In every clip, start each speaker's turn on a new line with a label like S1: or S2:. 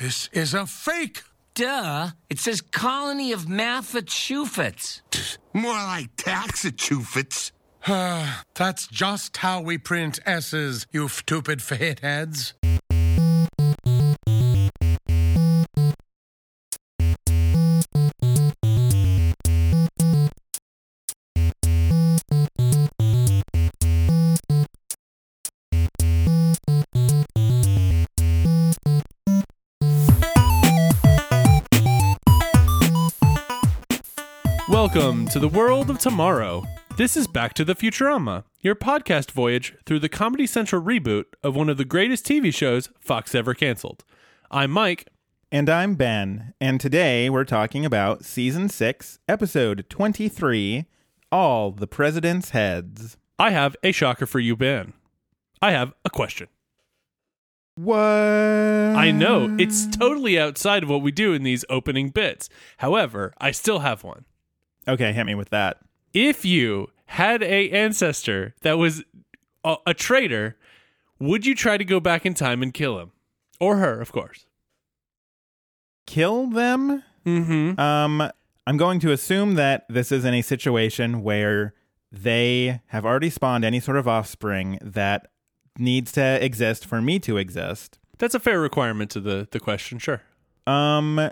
S1: This is a fake.
S2: Duh. It says colony of Massachusetts.
S3: More like taxachuffets.
S1: That's just how we print S's, you stupid fatheads.
S4: Welcome to the world of tomorrow. This is Back to the Futurama, your podcast voyage through the Comedy Central reboot of one of the greatest TV shows Fox ever canceled. I'm Mike.
S5: And I'm Ben, and today we're talking about season 6, episode 23, All the President's Heads.
S4: I have a shocker for you, Ben. I have a question.
S5: What?
S4: I
S5: I
S4: know it's totally outside of what we do in these opening bits. However, I still have one.
S5: Okay, hit me with that.
S4: If you had a ancestor that was a, a traitor, would you try to go back in time and kill him or her, of course?
S5: Kill them?
S4: Mm-hmm.
S5: Um, I'm going to assume that this is in a situation where they have already spawned any sort of offspring that needs to exist for me to exist.
S4: That's a fair requirement to the the question, sure.
S5: Um,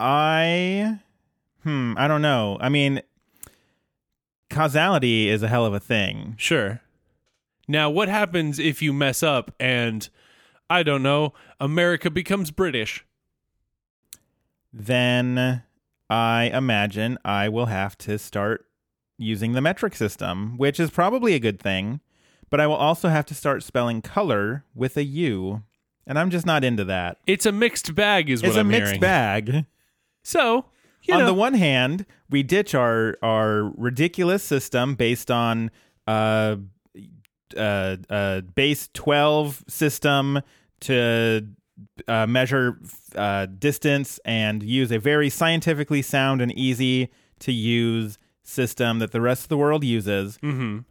S5: I, hmm, I don't know. I mean, causality is a hell of a thing.
S4: Sure. Now, what happens if you mess up and I don't know, America becomes British?
S5: Then I imagine I will have to start using the metric system, which is probably a good thing, but I will also have to start spelling color with a U, and I'm just not into that.
S4: It's a mixed bag is
S5: It's
S4: what
S5: a
S4: I'm
S5: mixed
S4: hearing.
S5: bag.
S4: So, you
S5: on
S4: know,
S5: the one hand, we ditch our our ridiculous system based on uh uh, uh base twelve system to uh, measure uh, distance and use a very scientifically sound and easy to use system that the rest of the world uses,
S4: mhm.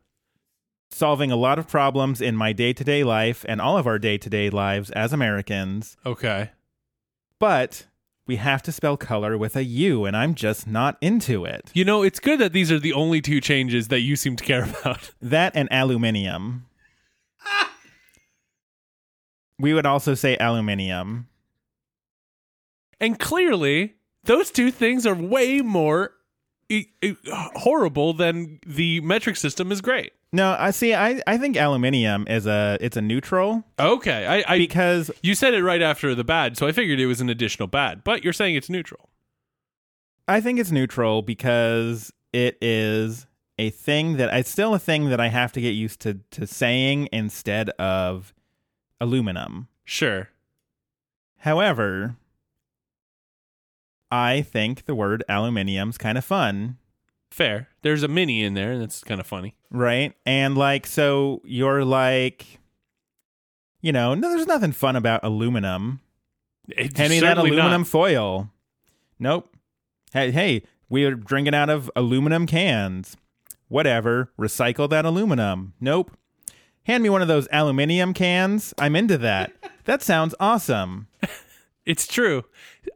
S5: solving a lot of problems in my day to day life and all of our day to day lives as Americans
S4: Okay.
S5: but we have to spell color with a U, and I'm just not into it.
S4: You know, it's good that these are the only two changes that you seem to care about.
S5: That and aluminium. we would also say aluminium.
S4: And clearly, those two things are way more e- e- horrible than the metric system is great.
S5: No, I see. I, I think aluminium is a it's a neutral
S4: Okay. I, I
S5: because
S4: You said it right after the bad, so I figured it was an additional bad, but you're saying it's neutral.
S5: I think it's neutral because it is a thing that it's still a thing that I have to get used to to saying instead of aluminum.
S4: Sure.
S5: However, I think the word aluminium's kind of fun,
S4: Fair. There's a mini in there, and that's kind of funny.
S5: right? And like, so you're like, you know, no, there's nothing fun about aluminum.
S4: It's
S5: Hand me that
S4: certainly
S5: aluminum
S4: not.
S5: foil. Nope. Hey, hey, we are drinking out of aluminum cans. Whatever. Recycle that aluminum. Nope. Hand me one of those aluminium cans. I'm into that. that sounds awesome.
S4: It's true.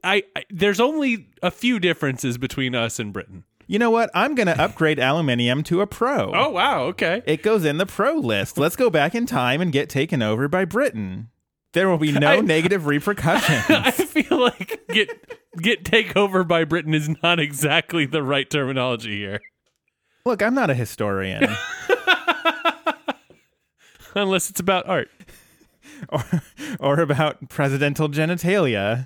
S4: I, I there's only a few differences between us and Britain.
S5: You know what? I'm going to upgrade aluminium to a pro.
S4: Oh wow. Okay.
S5: It goes in the pro list. Let's go back in time and get taken over by Britain. There will be no
S4: I-
S5: negative
S4: I
S5: repercussions.
S4: feel like get get takeover by Britain is not exactly the right terminology here,
S5: Look, I'm not a historian.
S4: unless it's about art.
S5: or, or about presidential genitalia.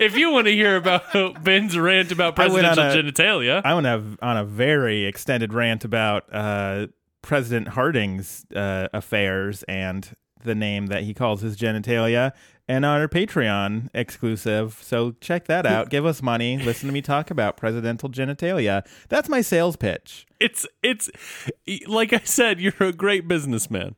S4: If you want to hear about Ben's rant about
S5: I went on
S4: presidential
S5: a-
S4: genitalia,
S5: I went a, on a very extended rant about uh, President Harding's uh, affairs and the name that he calls his genitalia and on our Patreon exclusive. So check that out. Give us money. Listen to me talk about presidential genitalia. That's my sales pitch.
S4: it's it's like I said, you're a great businessman.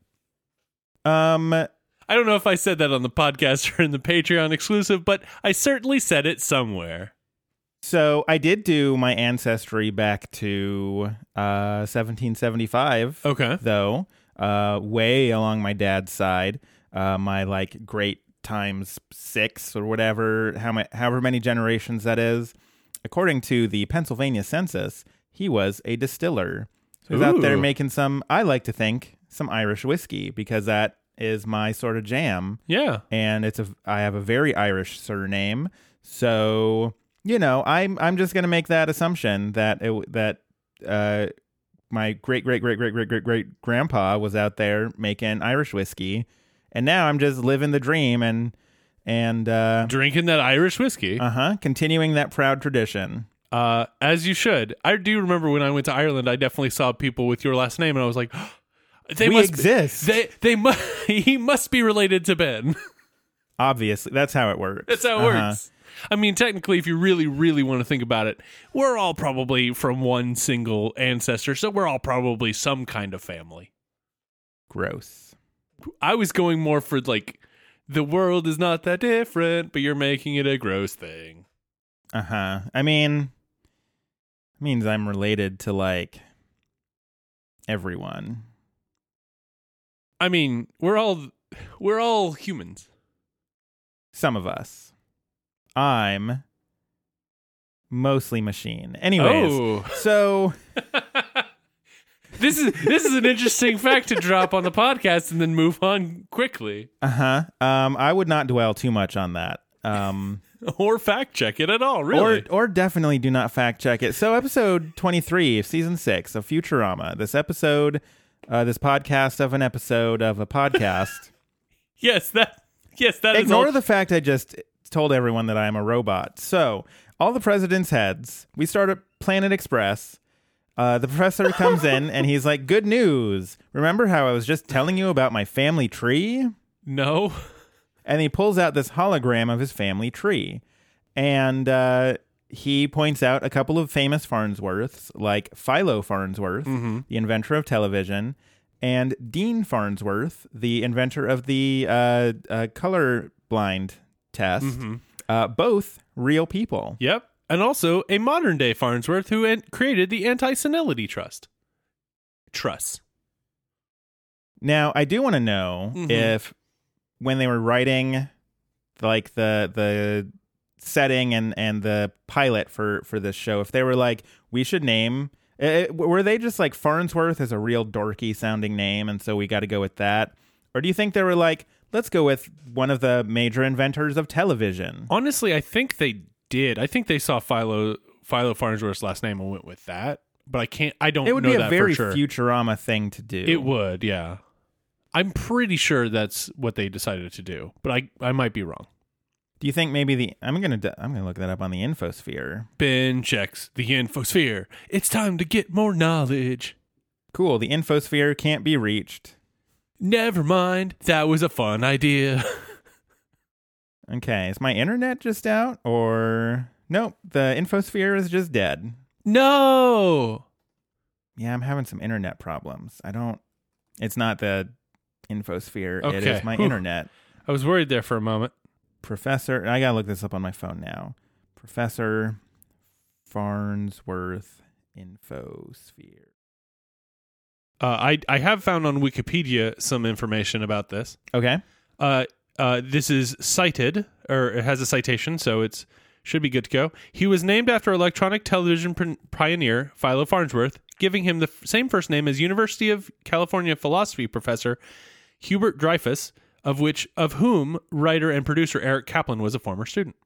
S5: Um,
S4: I don't know if I said that on the podcast or in the Patreon exclusive, but I certainly said it somewhere.
S5: So I did do my ancestry back to uh, 1775,
S4: Okay.
S5: though, uh, way along my dad's side. Uh, my like great times six or whatever, how ma- however many generations that is. According to the Pennsylvania census, he was a distiller. So he's out there
S4: Ooh.
S5: making some, I like to think, some Irish whiskey because that is my sort of jam
S4: Yeah.
S5: and it's a I have a very Irish surname, so you know I'm I'm just gonna make that assumption that it, that uh, my great great great great great great great grandpa was out there making Irish whiskey, and now I'm just living the dream and and uh
S4: Drinking that Irish whiskey.
S5: huh continuing that proud tradition.
S4: Uh, as you should. I do remember when I went to Ireland, I definitely saw people with your last name, and I was like, they
S5: We
S4: must
S5: exist.
S4: They they mu- he must be related to Ben.
S5: Obviously, that's how it works.
S4: That's how it
S5: Uh-huh.
S4: works. I mean, technically, if you really, really want to think about it, we're all probably from one single ancestor, so we're all probably some kind of family.
S5: Gross.
S4: I was going more for like, the world is not that different, but you're making it a gross thing.
S5: Uh huh. I mean, means I'm related to like everyone.
S4: I mean, we're all we're all humans.
S5: some of us. I'm mostly machine. Anyways,
S4: Oh.
S5: so
S4: This is this is an interesting fact to drop on the podcast and then move on quickly
S5: uh huh. Um, I would not dwell too much on that. Um,
S4: or fact check it at all. Really,
S5: or or definitely do not fact check it. So episode twenty three of season six of Futurama. This episode, uh, this podcast of an episode of a podcast.
S4: yes, that yes that is
S5: Ignore
S4: all-
S5: the fact I just told everyone that I am a robot. So, all the president's heads, we start at Planet Express. Uh, the professor comes in and he's like, Good news. Remember how I was just telling you about my family tree?
S4: no.
S5: And he pulls out this hologram of his family tree. And uh, he points out a couple of famous Farnsworths, like Philo Farnsworth, the inventor of television, and Dean Farnsworth, the inventor of the uh, uh, colorblind test. Uh, both real people.
S4: Yep. And also a modern day Farnsworth who an- created the Anti Senility Trust. Truss.
S5: Now, I do want to know
S4: Mm-hmm.
S5: if when they were writing like the the setting and and the pilot for for this show, if they were like we should name eh, eh, were they just like Farnsworth is a real dorky sounding name and so we got to go with that? Or do you think they were like let's go with one of the major inventors of television?
S4: Honestly, I think they did. I think they saw Philo Philo Farnsworth's last name and went with that. But I can't. I don't.
S5: It would
S4: know
S5: be
S4: that
S5: a
S4: for
S5: very
S4: sure.
S5: Futurama thing to do.
S4: It would. Yeah. I'm pretty sure that's what they decided to do, but I I might be wrong.
S5: Do you think maybe the I'm going to I'm going to look that up on the infosphere.
S4: Ben checks the infosphere. It's time to get more knowledge.
S5: Cool, the infosphere can't be reached.
S4: Never mind. That was a fun idea.
S5: Okay, is my internet just out or nope, the infosphere is just dead.
S4: no.
S5: Yeah, I'm having some internet problems. I don't it's not the infosphere, it
S4: Okay,
S5: is my
S4: whew.
S5: internet.
S4: I was worried there for a moment.
S5: Professor, I got to look this up on my phone now. Professor Farnsworth infosphere.
S4: Uh, I I have found on Wikipedia some information about this.
S5: Okay.
S4: Uh, uh, this is cited, or it has a citation, so it's should be good to go. He was named after electronic television pr- pioneer Philo Farnsworth, giving him the f- same first name as University of California philosophy professor Hubert Dreyfus, of which of whom writer and producer Eric Kaplan was a former student.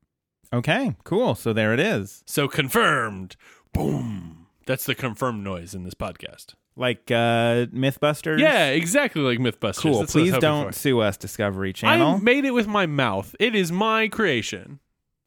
S5: Okay, cool. So there it is.
S4: So confirmed. Boom. That's the confirmed noise in this podcast.
S5: Like uh Mythbusters.
S4: Yeah, exactly like MythBusters.
S5: Cool.
S4: That's what I was
S5: Please
S4: hoping
S5: don't
S4: for.
S5: sue us, Discovery Channel.
S4: I made it with my mouth. It is my creation.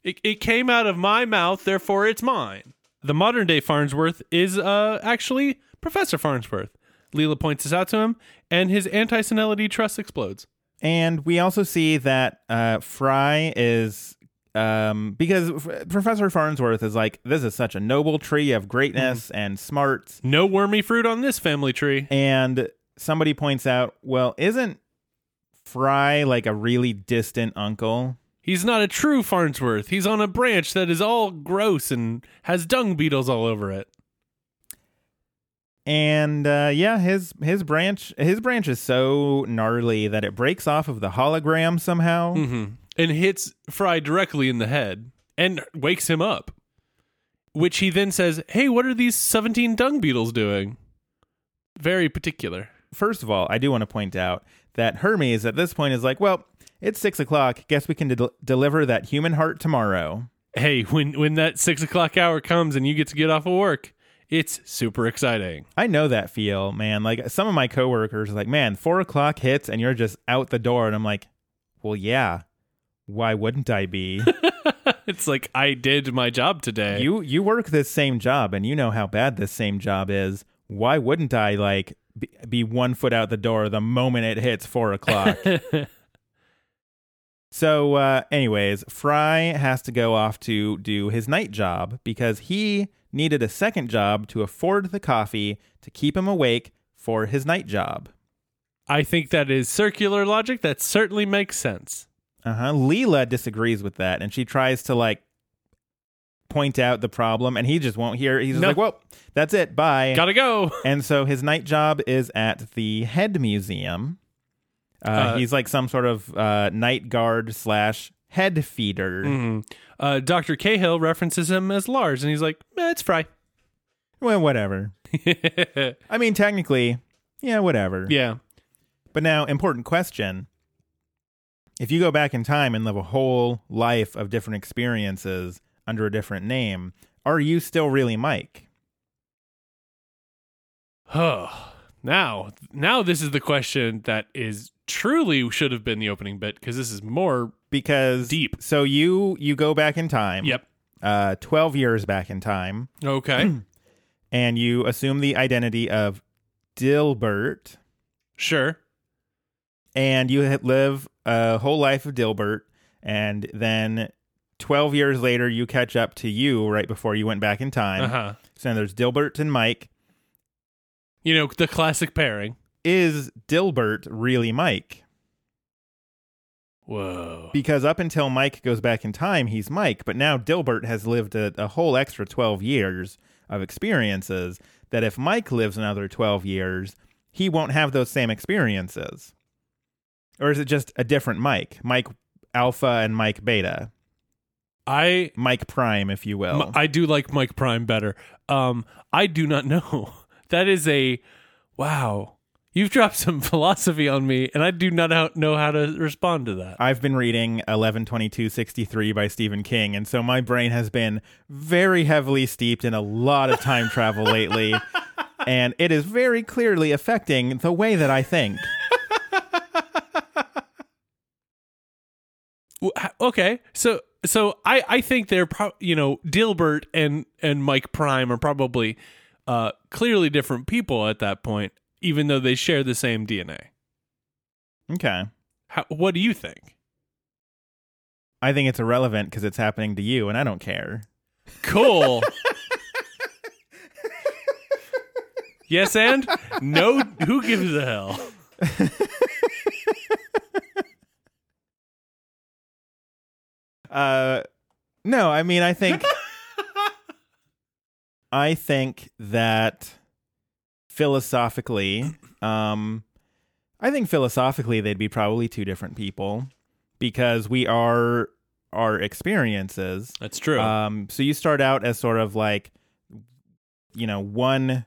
S4: It, it came out of my mouth, therefore it's mine. The modern day Farnsworth is uh, actually Professor Farnsworth. Leela points this out to him, and his anti senility trust explodes.
S5: And we also see that uh, Fry is um, because F- Professor Farnsworth is like, this is such a noble tree of greatness and smarts.
S4: No wormy fruit on this family tree.
S5: And somebody points out, well, isn't Fry like a really distant uncle?
S4: He's not a true Farnsworth. He's on a branch that is all gross and has dung beetles all over it.
S5: And uh, yeah, his his branch his branch is so gnarly that it breaks off of the hologram somehow.
S4: Mm-hmm. and hits Fry directly in the head and wakes him up. Which he then says, Hey, what are these 17 dung beetles doing? Very particular.
S5: First of all, I do want to point out that Hermes at this point is like, well, it's six o'clock. Guess we can de- deliver that human heart tomorrow.
S4: Hey, when, when that six o'clock hour comes and you get to get off of work, it's super exciting.
S5: I know that feel, man. Like some of my coworkers are like, man, four o'clock hits and you're just out the door. And I'm like, well, yeah. Why wouldn't I be?
S4: It's like, I did my job today.
S5: you you work this same job and you know how bad this same job is. Why wouldn't I like be, be one foot out the door the moment it hits four o'clock? so, uh, anyways, Fry has to go off to do his night job because he needed a second job to afford the coffee to keep him awake for his night job.
S4: I think that is circular logic. That certainly makes sense.
S5: Uh-huh. Leela disagrees with that and she tries to like point out the problem and he just won't hear. He's just
S4: No.
S5: like, "Well, that's it. Bye."
S4: Gotta go.
S5: and so his night job is at the head museum. Uh,
S4: Uh,
S5: he's like some sort of uh, night guard slash head feeder.
S4: Uh, Dr. Cahill references him as Lars, and he's like, eh, it's Fry.
S5: Well, whatever. I mean, technically, yeah, whatever.
S4: yeah.
S5: But now, important question. If you go back in time and live a whole life of different experiences under a different name, are you still really Mike?
S4: Oh, now, now this is the question that is truly should have been the opening bit because this is more.
S5: Because
S4: Deep.
S5: So you you go back in time.
S4: Yep.
S5: Uh, Twelve years back in time,
S4: Okay.
S5: and you assume the identity of Dilbert,
S4: sure.
S5: and you ha- live a whole life of Dilbert, and then twelve years later you catch up to you right before you went back in time.
S4: Uh huh.
S5: So there's Dilbert and Mike.
S4: You know, the classic pairing.
S5: Is Dilbert really Mike?
S4: Whoa.
S5: Because up until Mike goes back in time, he's Mike, but now Dilbert has lived a, a whole extra 12 years of experiences that if Mike lives another 12 years, he won't have those same experiences. Or is it just a different Mike? Mike Alpha and Mike Beta.
S4: I
S5: Mike Prime, if you will.
S4: M- I do like Mike Prime better. Um, I do not know. That is a wow. You've dropped some philosophy on me, and I do not ho- know how to respond to that.
S5: I've been reading 112263 by Stephen King, and so my brain has been very heavily steeped in a lot of time travel lately, and it is very clearly affecting the way that I think.
S4: W- h- Okay, so so I I think they're pro- you know Dilbert and and Mike Prime are probably uh clearly different people at that point, even though they share the same DNA.
S5: Okay.
S4: How, what do you think?
S5: I think it's irrelevant because it's happening to you, and I don't care.
S4: Cool. yes, and no. Who gives a hell?
S5: Uh, no, I mean, I think, I think that philosophically, um, I think philosophically they'd be probably two different people because we are our experiences.
S4: That's true.
S5: Um, so you start out as sort of like, you know, one,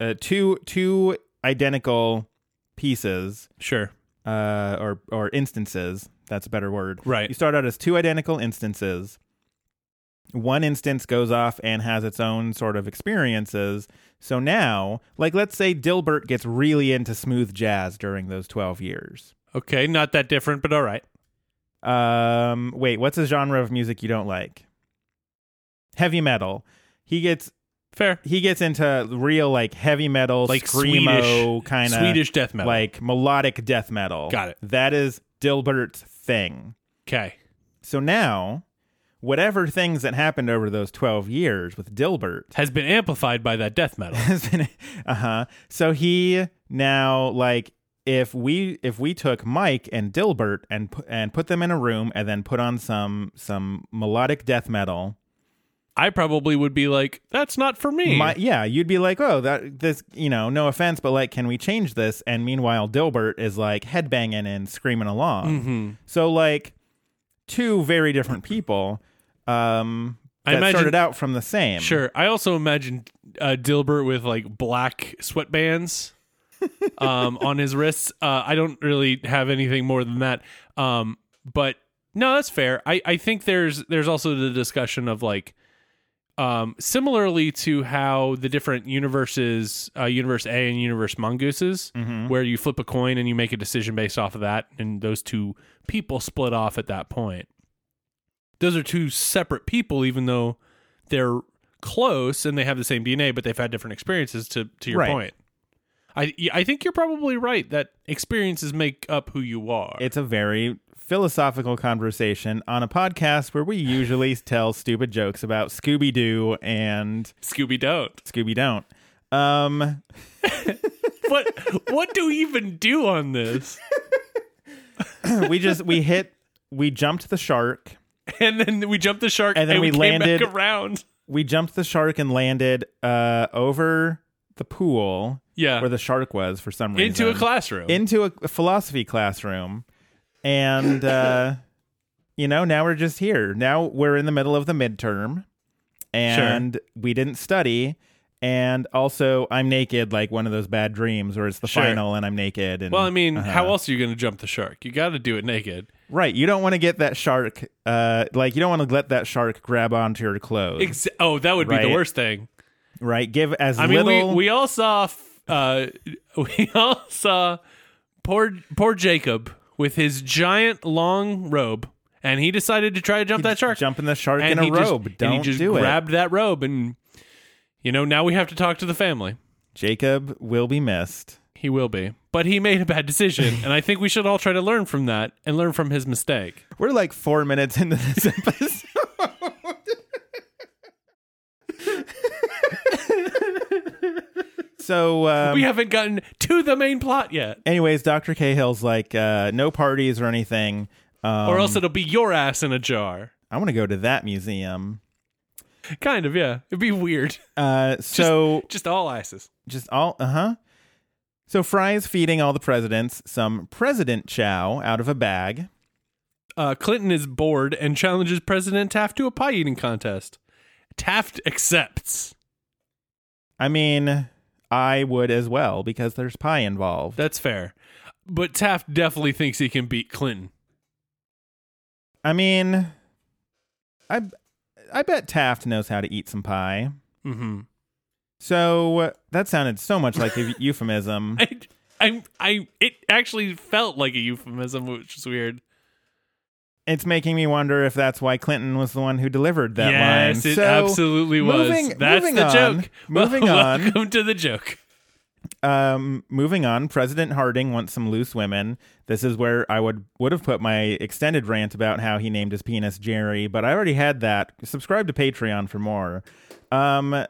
S5: uh, two, two identical pieces
S4: sure.
S5: uh, or or instances. That's a better word.
S4: Right.
S5: You start out as two identical instances. One instance goes off and has its own sort of experiences. So now, like, let's say Dilbert gets really into smooth jazz during those twelve years.
S4: Okay, not that different, but all right.
S5: Um, wait, what's a genre of music you don't like? Heavy metal. He gets
S4: Fair.
S5: he gets into real like heavy metal,
S4: Like
S5: screamo kind of
S4: Swedish death metal.
S5: like melodic death metal.
S4: Got it.
S5: That is Dilbert's thing.
S4: okay.
S5: So now, whatever things that happened over those 12 years with Dilbert
S4: Has been amplified by that death metal.
S5: has been uh-huh. So he now like if we if we took Mike and Dilbert and pu- and put them in a room and then put on some some melodic death metal,
S4: I probably would be like, that's not for me.
S5: my, yeah, you'd be like, "Oh, that this, you know, no offense, but like can we change this?" And meanwhile Dilbert is like headbanging and screaming along.
S4: Mhm.
S5: So like two very different people um,
S4: I
S5: that
S4: imagine-
S5: started out from the same.
S4: Sure. I also imagine uh, Dilbert with like black sweatbands um, on his wrists. Uh, I don't really have anything more than that. Um, but no, that's fair. I, I think there's there's also the discussion of like um, similarly to how the different universes, uh, universe A and universe mongooses,
S5: Mm-hmm.
S4: where you flip a coin and you make a decision based off of that, and those two people split off at that point. Those are two separate people, even though they're close and they have the same DNA, but they've had different experiences. To to your
S5: Right.
S4: point, I yeah, I think you're probably right that experiences make up who you are.
S5: It's a very philosophical conversation on a podcast where we usually tell stupid jokes about Scooby Doo and
S4: Scooby don't.
S5: Scooby Don't. Um,
S4: What what do you even do on this?
S5: we just we hit we jumped the shark.
S4: And then we jumped the shark
S5: And then we
S4: came back
S5: landed-
S4: around.
S5: We jumped the shark and landed uh over the pool
S4: Yeah.
S5: where the shark was for some reason.
S4: into a classroom.
S5: into a philosophy classroom and uh you know now we're just here now we're in the middle of the midterm and we didn't study and also i'm naked like one of those bad dreams where it's the
S4: Sure.
S5: final and i'm naked and
S4: well, I mean, how
S5: Uh-huh.
S4: else are you going to jump the shark? You got to do it naked.
S5: right you don't want to get that shark uh like you don't want to let that shark grab onto your clothes
S4: Ex- oh, that would be the
S5: Right.
S4: worst thing.
S5: right give as
S4: I mean,
S5: little
S4: we, we all saw f- uh, we all saw poor poor Jacob with his giant long robe, and he decided to try to jump that shark.
S5: jumping the shark
S4: and
S5: in
S4: he
S5: a
S4: just-
S5: robe
S4: and
S5: don't
S4: he just
S5: do it
S4: grabbed that robe, and you know now we have to talk to the family.
S5: jacob will be missed
S4: He will be, but he made a bad decision, and I think we should all try to learn from that and learn from his mistake.
S5: We're like four minutes into this episode. so, um,
S4: we haven't gotten to the main plot yet,
S5: anyways, Dr. Cahill's like, uh, no parties or anything. Um,
S4: or else it'll be your ass in a jar.
S5: I want to go to that museum.
S4: Kind of, yeah. It'd be weird.
S5: Uh, so,
S4: Just all asses.
S5: just, all, uh huh. So, Fry is feeding all the presidents some president chow out of a bag.
S4: uh, Clinton is bored and challenges President Taft to a pie eating contest. Taft accepts.
S5: I mean, I would as well because there's pie involved.
S4: That's fair. But Taft definitely thinks he can beat Clinton.
S5: I mean, I I bet Taft knows how to eat some pie.
S4: Mm-hmm.
S5: So uh, that sounded so much like a euphemism.
S4: I, I, I, it actually felt like a euphemism, which is weird.
S5: It's making me wonder if that's why Clinton was the one who delivered that line.
S4: yes, it
S5: so,
S4: absolutely was.
S5: moving-
S4: That's
S5: moving
S4: the
S5: on,
S4: joke.
S5: moving on.
S4: Welcome to the joke.
S5: Um, moving on, President Harding wants some loose women. This is where I would would have put my extended rant about how he named his penis Jerry, but I already had that. Subscribe to Patreon for more. Um,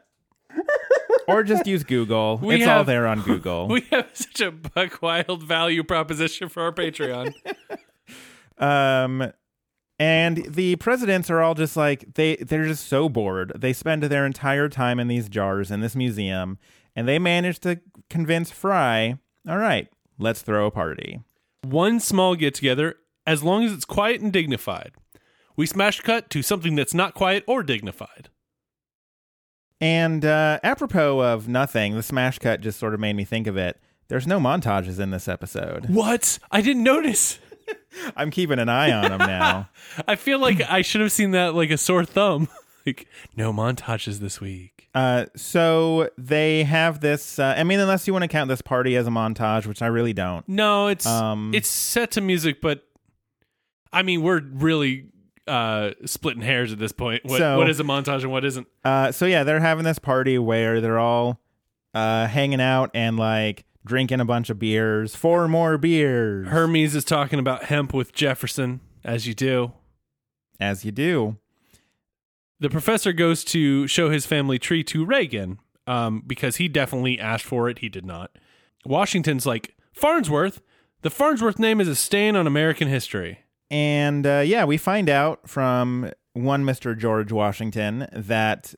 S5: or just use Google.
S4: We
S5: it's all
S4: have-
S5: there on Google.
S4: We have such a buck wild value proposition for our Patreon.
S5: Um, and the presidents are all just like they they're just so bored. They spend their entire time in these jars in this museum, and they manage to convince Fry. All right, let's throw a party.
S4: one small get together as long as it's quiet and dignified. We smash cut to something that's not quiet or dignified.
S5: And uh, apropos of nothing, the smash cut just sort of made me think of it. There's no montages in this episode.
S4: What? I didn't notice.
S5: I'm keeping an eye on them now.
S4: I feel like I should have seen that like a sore thumb. like no montages this week.
S5: Uh, so they have this. Uh, I mean, unless you want to count this party as a montage, which I really don't.
S4: No, it's
S5: Um,
S4: it's set to music, but I mean we're really uh splitting hairs at this point. What,
S5: So-
S4: what is a montage and what isn't?
S5: Uh, so yeah, they're having this party where they're all uh, hanging out and like drinking a bunch of beers, four more beers,
S4: Hermes is talking about hemp with Jefferson, as you do.
S5: as you do.
S4: the professor goes to show his family tree to Reagan um, because he definitely asked for it. He did not. Washington's like, Farnsworth? The Farnsworth name is a stain on American history.
S5: And uh, yeah, we find out from one Mister George Washington that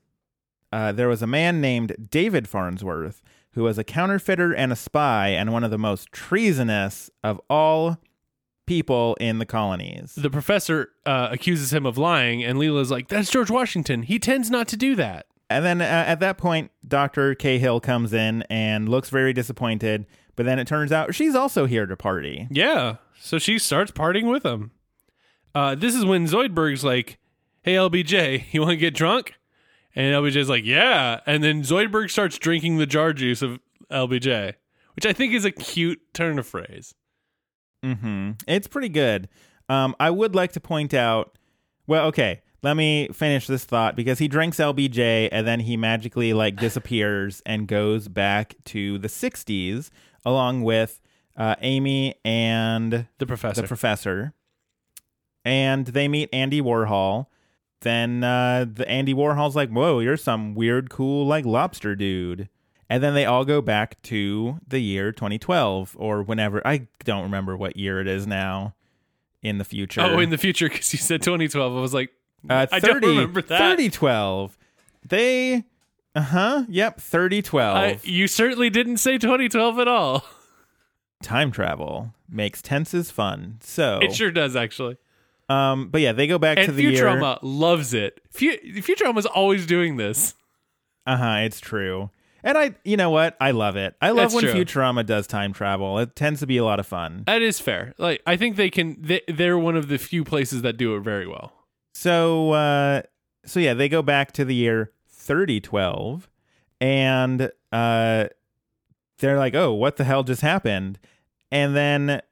S5: uh, there was a man named David Farnsworth who was a counterfeiter and a spy and one of the most treasonous of all people in the colonies.
S4: The professor uh, accuses him of lying, and Leela's like, "That's George Washington. He tends not to do that."
S5: And then uh, at that point, Dr. Cahill comes in and looks very disappointed. But then it turns out she's also here to party.
S4: Yeah. So she starts partying with him. Uh, this is when Zoidberg's like, Hey, LBJ, you want to get drunk? And LBJ's like, Yeah. And then Zoidberg starts drinking the jar juice of LBJ, which I think is a cute turn of phrase.
S5: hmm It's pretty good. Um, I would like to point out. Well, okay, let me finish this thought because he drinks LBJ and then he magically like disappears and goes back to the '60s along with uh, Amy and
S4: The professor.
S5: the professor, and they meet Andy Warhol. Then uh, the Andy Warhol's like, "Whoa, you're some weird, cool like lobster dude." And then they all go back to the year 2012 or whenever I don't remember what year it is now in the future.
S4: oh, in the future, because you said 2012. I was like,
S5: uh, 30,
S4: I don't remember that.
S5: 3012. They, uh huh, yep, 3012.
S4: I, You certainly didn't say 2012 at all.
S5: Time travel makes tenses fun. So,
S4: It sure does, actually.
S5: um, but yeah, they go back Oh. to
S4: And
S5: the year.
S4: Futurama loves it. Fu- Futurama's always doing this.
S5: Uh huh. It's true. And I, you know what? I love it. I love
S4: That's
S5: when
S4: true.
S5: Futurama does time travel. It tends to be a lot of fun.
S4: That is fair. Like I think they can. They, they're one of the few places that do it very well.
S5: So, uh, so yeah, they go back to the year 3012 and, uh, they're like, oh, what the hell just happened? And then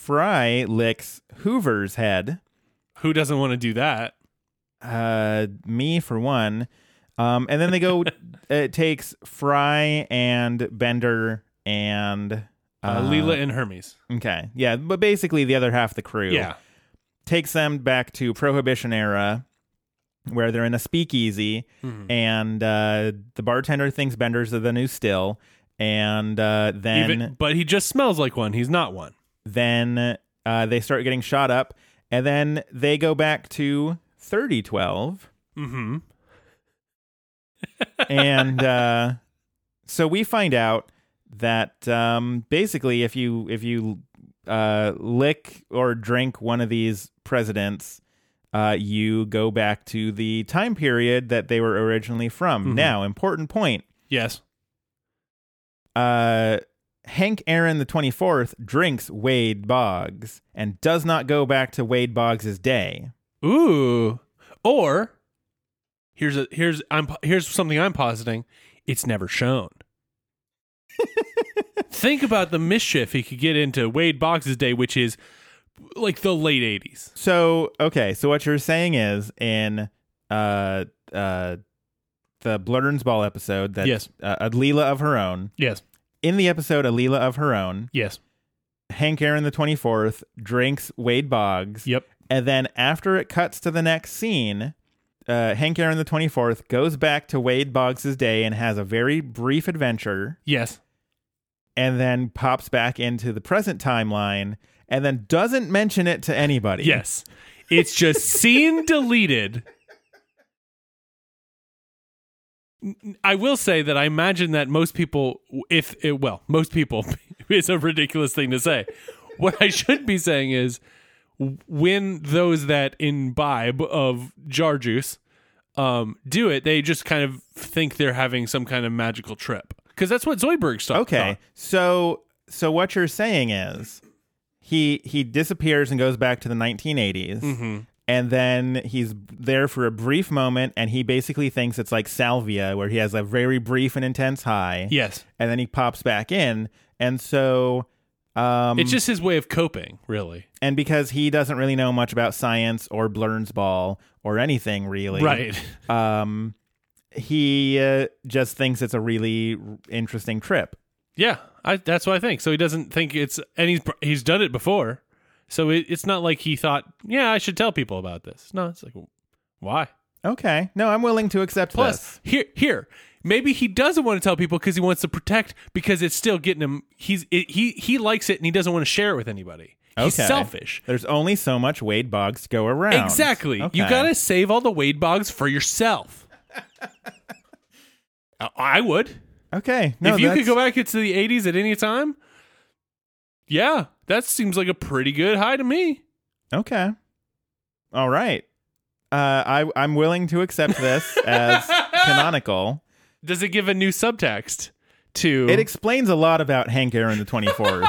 S5: Fry licks Hoover's head.
S4: Who doesn't want to do that?
S5: uh me for one um and then they go it takes fry and bender and
S4: Uh, Leela and Hermes.
S5: okay yeah but basically the other half of the crew
S4: Yeah,
S5: takes them back to prohibition era where they're in a speakeasy
S4: Hmm.
S5: and uh the bartender thinks bender's the new still and uh then
S4: Even, but he just smells like one. He's not one.
S5: then uh, they start getting shot up and then they go back to 3012
S4: Mm-hmm.
S5: and uh, so we find out that um, basically, if you if you uh, lick or drink one of these presidents, uh, you go back to the time period that they were originally from. Now, important point:
S4: Yes.
S5: uh, Hank Aaron the twenty fourth drinks Wade Boggs and does not go back to Wade Boggs' day.
S4: Ooh. Or here's a here's I'm here's something I'm positing. It's never shown. Think about the mischief he could get into Wade Boggs' day, which is like the late '80s.
S5: So okay, so what you're saying is in uh uh the Blurtons Ball episode that
S4: Yes.
S5: uh, a Leela of her own
S4: Yes.
S5: in the episode a Leela of her own
S4: Yes.
S5: Hank Aaron the 24th drinks Wade Boggs
S4: Yep.
S5: and then after it cuts to the next scene uh, Hank Aaron the 24th goes back to Wade Boggs' day and has a very brief adventure
S4: Yes.
S5: and then pops back into the present timeline and then doesn't mention it to anybody.
S4: Yes. It's just scene deleted. N- I will say that I imagine that most people, if eh, well, most people, it's a ridiculous thing to say. What I should be saying is, w- when those that imbibe of jar juice um, do it, they just kind of think they're having some kind of magical trip because that's what Zoidberg's talking.
S5: Okay. So so what you're saying is he he disappears and goes back to the 1980s.
S4: Mm-hmm.
S5: And then he's there for a brief moment and he basically thinks it's like salvia where he has a very brief and intense high.
S4: Yes,
S5: And then he pops back in. And so um
S4: it's just his way of coping, really.
S5: and because he doesn't really know much about science or Blurn's ball or anything really.
S4: Right.
S5: Um he uh, just thinks it's a really r- interesting trip.
S4: Yeah, I, that's what I think. So he doesn't think it's, and he's pr- he's done it before, so it, it's not like he thought, yeah, I should tell people about this. No, it's like, why?
S5: Okay. No, I'm willing to accept
S4: Plus,
S5: this.
S4: here, here, maybe he doesn't want to tell people because he wants to protect because it's still getting him. He's it, he he likes it and he doesn't want to share it with anybody. He's
S5: Okay.
S4: selfish.
S5: There's only so much Wade Boggs to go around.
S4: Exactly. You
S5: Okay.
S4: gotta save all the Wade Boggs for yourself. I- I would.
S5: Okay. No,
S4: if you could
S5: that's-
S4: go back into the 80s at any time, yeah, That seems like a pretty good high to me.
S5: Okay. All right. Uh, I I'm willing to accept this as canonical.
S4: Does it give a new subtext to
S5: It explains a lot about Hank Aaron the 24th.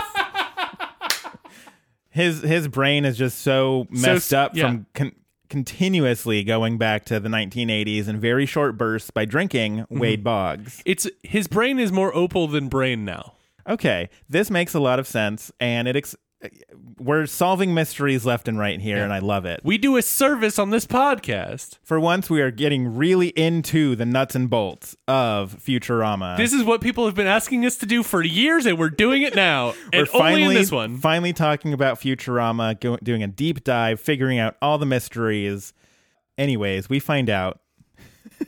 S5: his his brain is just so
S4: s-
S5: messed up
S4: yeah.
S5: from con- continuously going back to the 1980s in very short bursts by drinking
S4: Mm-hmm.
S5: Wade Boggs.
S4: it's his brain is more opal than brain now.
S5: Okay, this makes a lot of sense and it ex- we're solving mysteries left and right here and I love it.
S4: We do a service on this podcast.
S5: For once we are getting really into the nuts and bolts of Futurama.
S4: This is what people have been asking us to do for years, and we're doing it now.
S5: We're
S4: and only in this one.
S5: Finally, talking about Futurama, go, doing a deep dive, figuring out all the mysteries. Anyways, we find out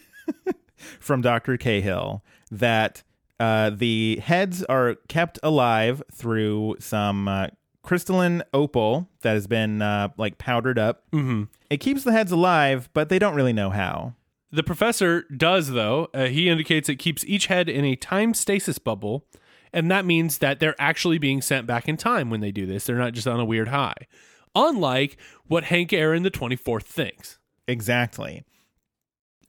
S5: from Dr. Cahill that uh, the heads are kept alive through some uh, crystalline opal that has been uh, like powdered up. Mm-hmm. It keeps the heads alive, but they don't really know how.
S4: The professor does, though. Uh, he indicates it keeps each head in a time stasis bubble, and that means that they're actually being sent back in time when they do this. They're not just on a weird high, unlike what Hank Aaron the 24th thinks.
S5: Exactly.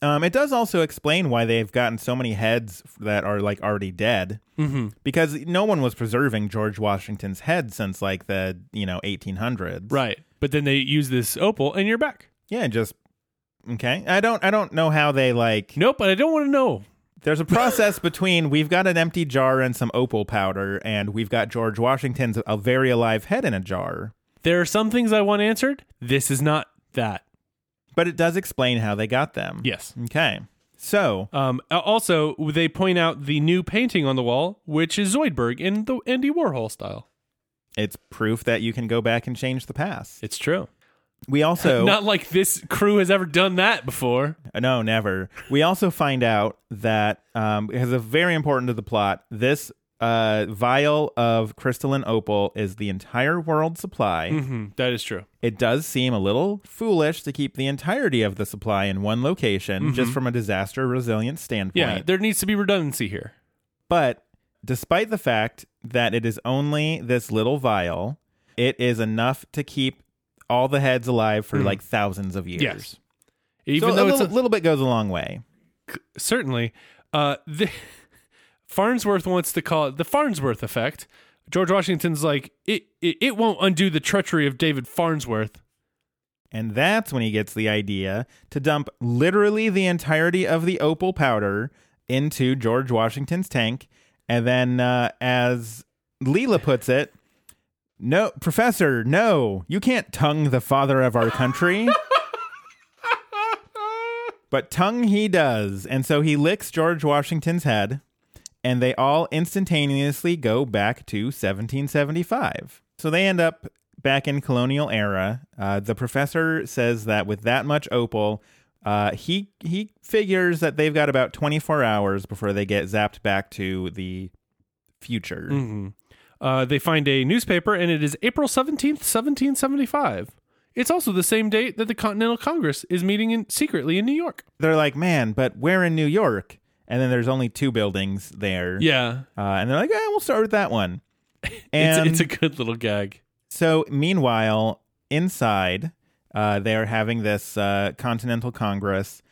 S5: Um, it does also explain why they've gotten so many heads that are like already dead, mm-hmm. because no one was preserving George Washington's head since like the you know 1800s.
S4: Right. But then they use this opal, and you're back.
S5: Yeah. Just okay. I don't. I don't know how they like.
S4: Nope, but I don't want to know.
S5: There's a process between we've got an empty jar and some opal powder, and we've got George Washington's a very alive head in a jar.
S4: There are some things I want answered. This is not that.
S5: But it does explain how they got them.
S4: Yes.
S5: Okay. So
S4: Um, a- also, they point out the new painting on the wall, which is Zoidberg in the Andy Warhol style.
S5: it's proof that you can go back and change the past.
S4: It's true.
S5: We also
S4: Not like this crew has ever done that before.
S5: Uh, No, never. We also find out that um, because it's very important to the plot, this uh, vial of crystalline opal is the entire world's supply.
S4: Mhm, that is true.
S5: It does seem a little foolish to keep the entirety of the supply in one location, just from a disaster resilience standpoint.
S4: Mm-hmm. Yeah, there needs to be redundancy here.
S5: But despite the fact that it is only this little vial, it is enough to keep all the heads alive for like thousands of years.
S4: Hmm. Yes.
S5: Even
S4: Even
S5: so
S4: though
S5: a
S4: it's a-
S5: little, little bit goes a long way.
S4: certainly, uh, the, Farnsworth wants to call it the Farnsworth effect. George Washington's like it, it. It won't undo the treachery of David Farnsworth.
S5: And that's when he gets the idea to dump literally the entirety of the opal powder into George Washington's tank. And then, uh, as Leela puts it, no, Professor, no, you can't tongue the father of our country. but tongue he does. And so he licks George Washington's head, and they all instantaneously go back to 1775. So they end up back in colonial era. Uh, the professor says that with that much opal, uh, he he figures that they've got about 24 hours before they get zapped back to the future.
S4: Uh, they find a newspaper, and it is April seventeenth, seventeen seventy-five. It's also the same date that the Continental Congress is meeting in, secretly in New York.
S5: They're like, man, but we're in New York, and then there's only two buildings there.
S4: Yeah,
S5: uh, and they're like, eh, we'll start with that one.
S4: it's,
S5: And
S4: it's a good little gag.
S5: So, meanwhile, inside, uh, they are having this uh, Continental Congress,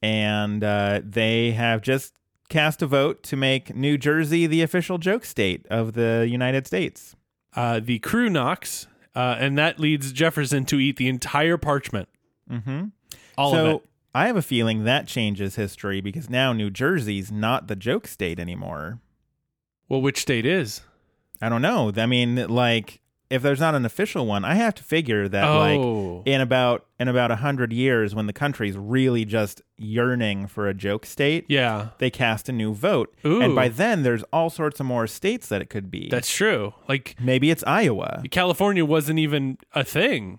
S5: and uh, they have just cast a vote to make New Jersey the official joke state of the United States.
S4: Uh, the crew knocks, uh, and that leads Jefferson to eat the entire parchment.
S5: Mm-hmm.
S4: All
S5: so,
S4: of it.
S5: I have a feeling that changes history because now New Jersey's not the joke state anymore.
S4: Well, which state is?
S5: I don't know. I mean, like, if there's not an official one, I have to figure that, like,
S4: oh,
S5: in about in about a hundred years when the country's really just yearning for a joke state
S4: yeah,
S5: they cast a new vote
S4: Ooh.
S5: and by then there's all sorts of more states that it could be
S4: that's true. Like
S5: maybe it's iowa
S4: California wasn't even a thing.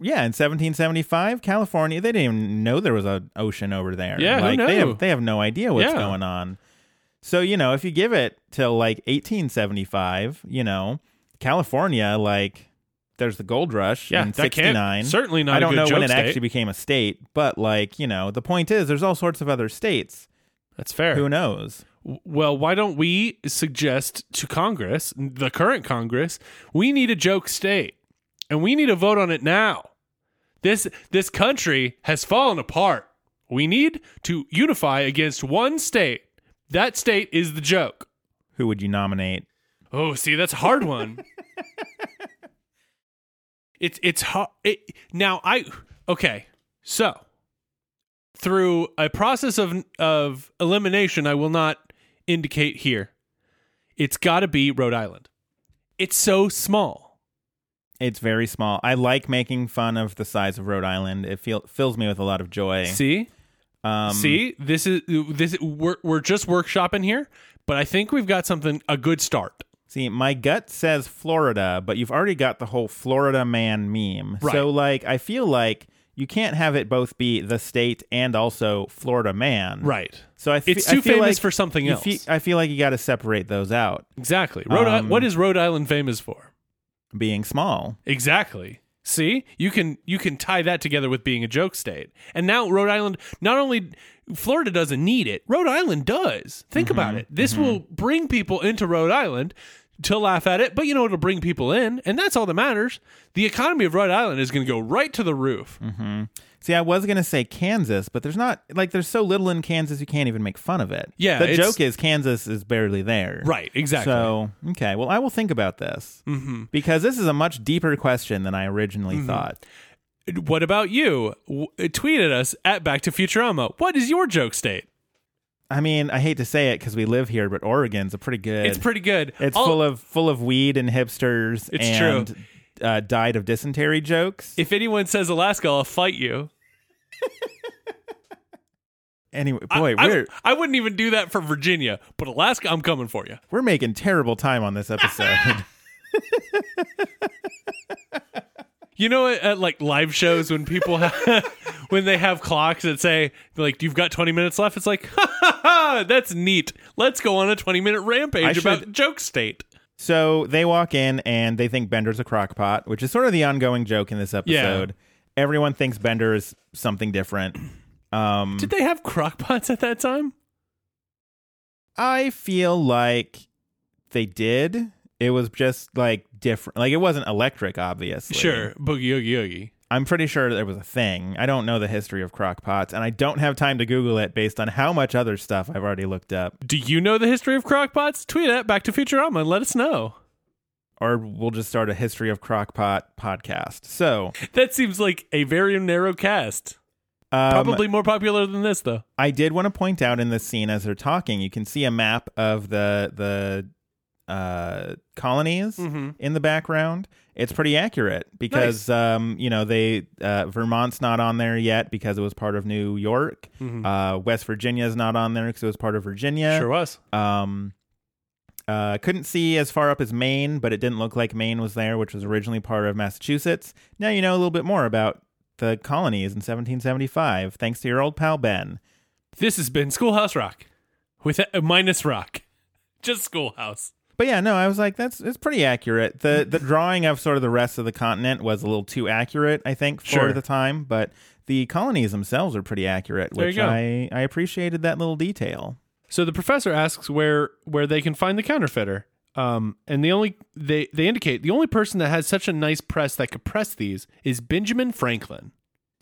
S5: yeah in 1775 california they didn't even know there was an ocean over there
S4: Yeah, who
S5: like they
S4: knew?
S5: have, they have no idea what's
S4: Yeah.
S5: going on so you know if you give it till like 1875 you know california like there's the gold rush
S4: Yeah,
S5: in
S4: that can't-
S5: 69
S4: certainly not.
S5: I don't
S4: a good
S5: know
S4: joke
S5: when it
S4: state.
S5: actually became a state, but like, you know, the point is there's all sorts of other states.
S4: That's fair.
S5: Who knows?
S4: well, why don't we suggest to Congress, the current Congress, we need a joke state and we need to vote on it now. This this country has fallen apart. We need to unify against one state. That state is the joke.
S5: Who would you nominate?
S4: Oh, see, that's a hard one. it's it's hard. It, now I okay. So through a process of of elimination, I will not indicate here. It's got to be Rhode Island. It's so small.
S5: It's very small. I like making fun of the size of Rhode Island. It feel, fills me with a lot of joy.
S4: See,
S5: um,
S4: see, this is this. We're we're just workshopping here, but I think we've got something a good start.
S5: See, my gut says Florida, but you've already got the whole Florida man meme.
S4: Right.
S5: So, like, I feel like you can't have it both be the state and also Florida man.
S4: Right.
S5: So I fe-
S4: It's
S5: I
S4: too
S5: feel
S4: famous
S5: like
S4: for something
S5: you
S4: else.
S5: fe- I feel like you got to separate those out.
S4: Exactly. Rhode I-
S5: Um,
S4: what is Rhode Island famous for?
S5: Being small,
S4: Exactly. See, you can you can tie that together with being a joke state. And now Rhode Island not only Florida doesn't need it, Rhode Island does. Think
S5: Mm-hmm.
S4: about it. This will bring people into Rhode Island to laugh at it, but you know it'll bring people in, and that's all that matters. The economy of Rhode Island is going to go right to the roof.
S5: See, I was gonna say Kansas, but there's not like there's so little in Kansas you can't even make fun of it.
S4: Yeah,
S5: the
S4: it's-
S5: joke is Kansas is barely there.
S4: Right, exactly.
S5: So okay, well I will think about this mm-hmm. because this is a much deeper question than I originally
S4: Mm-hmm.
S5: thought. Mm.
S4: what about you? W- uh, tweet at us at Back to Futurama. What is your joke state?
S5: I mean, I hate to say it because we live here, but Oregon's a pretty good.
S4: It's pretty good.
S5: It's
S4: All-
S5: full of full of weed and hipsters.
S4: It's
S5: and,
S4: true.
S5: Uh, died of dysentery jokes.
S4: If anyone says Alaska, I'll fight you.
S5: anyway, boy,
S4: I,
S5: we're
S4: I wouldn't even do that for Virginia, but Alaska, I'm coming for you.
S5: we're making terrible time on this episode.
S4: You know, at, at like live shows when people have, when they have clocks that say like you've got 20 minutes left, it's like ha, ha, ha, that's neat. Let's go on a 20 minute
S5: I
S4: rampage
S5: should-
S4: about joke state.
S5: So they walk in and they think Bender's a crockpot, which is sort of the ongoing joke in this episode. Everyone thinks Bender is something different. Um,
S4: Did they have crockpots at that time?
S5: I feel like they did. It was just like different. Like it wasn't electric, obviously.
S4: Sure, boogie oogie oogie.
S5: I'm pretty sure there was a thing. I don't know the history of crockpots, and I don't have time to Google it based on how much other stuff I've already looked up.
S4: Do you know the history of crockpots? Tweet at Back to Futurama and let us know.
S5: Or we'll just start a history of crockpot podcast. So
S4: That seems like a very narrow cast.
S5: um,
S4: Probably more popular than this though.
S5: I did want to point out in this scene as they're talking, you can see a map of the the uh, colonies in the background. It's pretty accurate because um, you know they uh, Vermont's not on there yet because it was part of New York. Uh, West Virginia's not on there because it was part of Virginia.
S4: Sure was.
S5: Um, uh, couldn't see as far up as Maine, but it didn't look like Maine was there, which was originally part of Massachusetts. Now you know a little bit more about the colonies in 1775, thanks to your old pal Ben.
S4: This has been Schoolhouse Rock with a, minus rock. Just Schoolhouse.
S5: But yeah, no, I was like, that's it's pretty accurate. The
S4: Mm.
S5: the drawing of sort of the rest of the continent was a little too accurate, I think, for
S4: Sure.
S5: the time. But the colonies themselves are pretty accurate,
S4: There you
S5: which
S4: go.
S5: I, I appreciated that little detail.
S4: So the professor asks where where they can find the counterfeiter. Um, and the only they they indicate the only person that has such a nice press that could press these is Benjamin Franklin.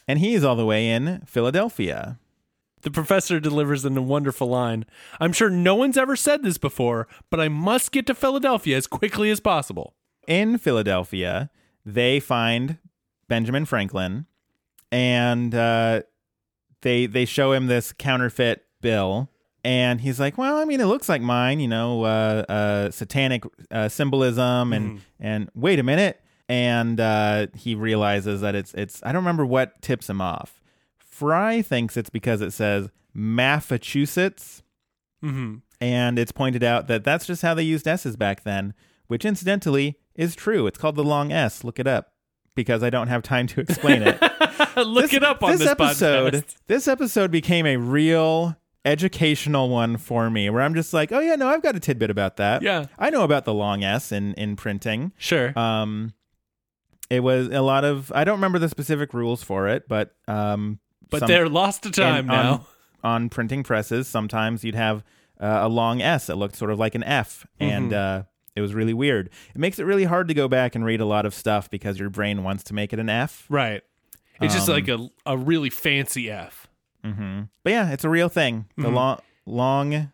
S5: And he's all the way in Philadelphia.
S4: The professor delivers a wonderful line. I'm sure no one's ever said this before, but I must get to Philadelphia as quickly as possible.
S5: in Philadelphia, they find Benjamin Franklin, and uh, they they show him this counterfeit bill, and he's like, "Well, I mean, it looks like mine, you know, uh, uh, satanic uh, symbolism." And and wait a minute, and uh, he realizes that it's it's I don't remember what tips him off. Fry thinks it's because it says Massachusetts
S4: Mm-hmm.
S5: and it's pointed out that that's just how they used S's back then, which incidentally is true. It's called the long S. Look it up because I don't have time to explain it.
S4: Look it up on this,
S5: episode.
S4: podcast.
S5: This episode became a real educational one for me where I'm just like, oh, yeah, no, I've got a tidbit about that.
S4: Yeah.
S5: I know about the long S in, in printing.
S4: Sure.
S5: Um, it was a lot of, I don't remember the specific rules for it, but. Um,
S4: but
S5: some-
S4: they're lost to time
S5: and
S4: now.
S5: On, on printing presses, sometimes you'd have uh, a long S that looked sort of like an F, and
S4: Mm-hmm.
S5: uh, it was really weird. It makes it really hard to go back and read a lot of stuff because your brain wants to make it an F.
S4: Right. It's just like a a really fancy F. Mm-hmm.
S5: But yeah, it's a real thing. The long long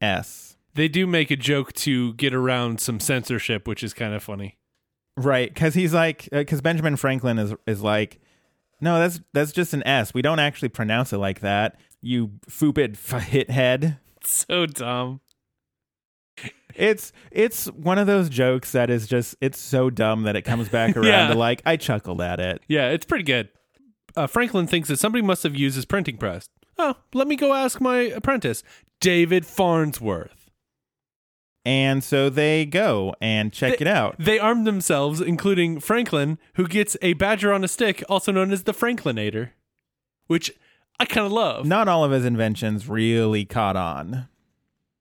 S5: S.
S4: They do make a joke to get around some censorship, which is kind of funny.
S5: Right, because he's like, because Benjamin Franklin is is like, no, that's that's just an S. We don't actually pronounce it like that. You foopid f- hit head.
S4: So dumb.
S5: It's it's one of those jokes that is just it's so dumb that it comes back around
S4: Yeah.
S5: to like I chuckled at it.
S4: Yeah, it's pretty good. Uh, Franklin thinks that somebody must have used his printing press. Oh, let me go ask my apprentice, David Farnsworth.
S5: And so they go and check it out.
S4: They armed themselves, including Franklin, who gets a badger on a stick, also known as the Franklinator, which I kind of love.
S5: Not all of his inventions really caught on.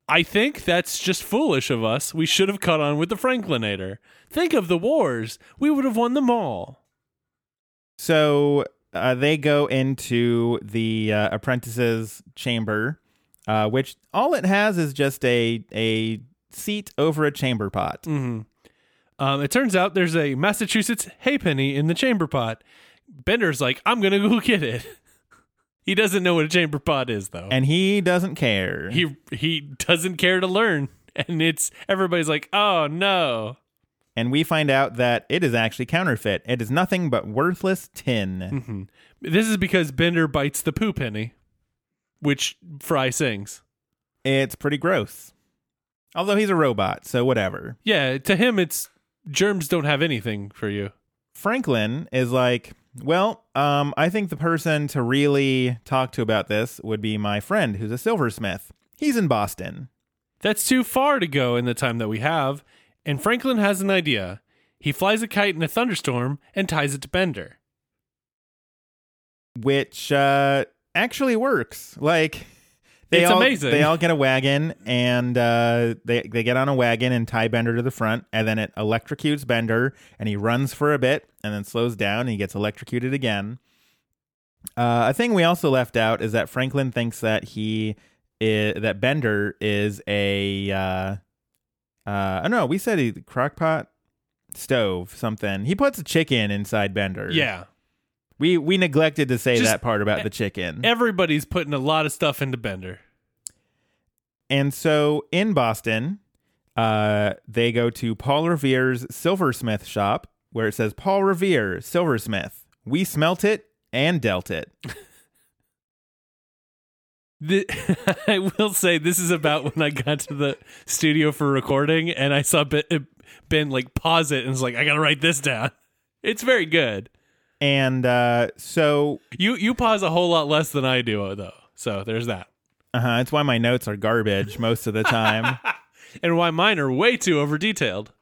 S4: I think that's just foolish of us. We should have caught on with the Franklinator. Think of the wars. We would have won them all.
S5: So uh, they go into the uh, apprentice's chamber, uh, which all it has is just a a seat over a chamber pot.
S4: Mm. Um, it turns out there's a Massachusetts haypenny in the chamber pot. Bender's like, I'm going to go get it. he doesn't know what a chamber pot is, though.
S5: And he doesn't care.
S4: he, he doesn't care to learn. And it's everybody's like, oh no.
S5: and we find out that it is actually counterfeit. It is nothing but worthless tin.
S4: This is because Bender bites the poo penny, which Fry sings.
S5: it's pretty gross. Although he's a robot, so whatever.
S4: Yeah, to him, it's germs don't have anything for you.
S5: Franklin is like, well, um, I think the person to really talk to about this would be my friend who's a silversmith. He's in Boston.
S4: That's too far to go in the time that we have, and Franklin has an idea. He flies a kite in a thunderstorm and ties it to Bender.
S5: which uh, actually works. Like they
S4: It's
S5: all
S4: amazing.
S5: they all get a wagon and uh, they they get on a wagon and tie Bender to the front, and then it electrocutes Bender, and he runs for a bit, and then slows down, and he gets electrocuted again. Uh, a thing we also left out is that Franklin thinks that he i that Bender is a uh, uh, I don't know. We said he crockpot stove something. He puts a chicken inside Bender.
S4: Yeah.
S5: We we neglected to say
S4: Just e
S5: that part about the chicken.
S4: Everybody's putting a lot of stuff into Bender.
S5: and so in Boston, uh, they go to Paul Revere's silversmith shop where it says Paul Revere silversmith. We smelt it and dealt it.
S4: The, I will say this is about when I got to the studio for recording and I saw Ben, ben like pause it and was like, I gotta write this down. It's very good.
S5: And uh, so
S4: You you pause a whole lot less than I do though, so there's that.
S5: uh, it's why my notes are garbage most of the time.
S4: And why mine are way too over detailed.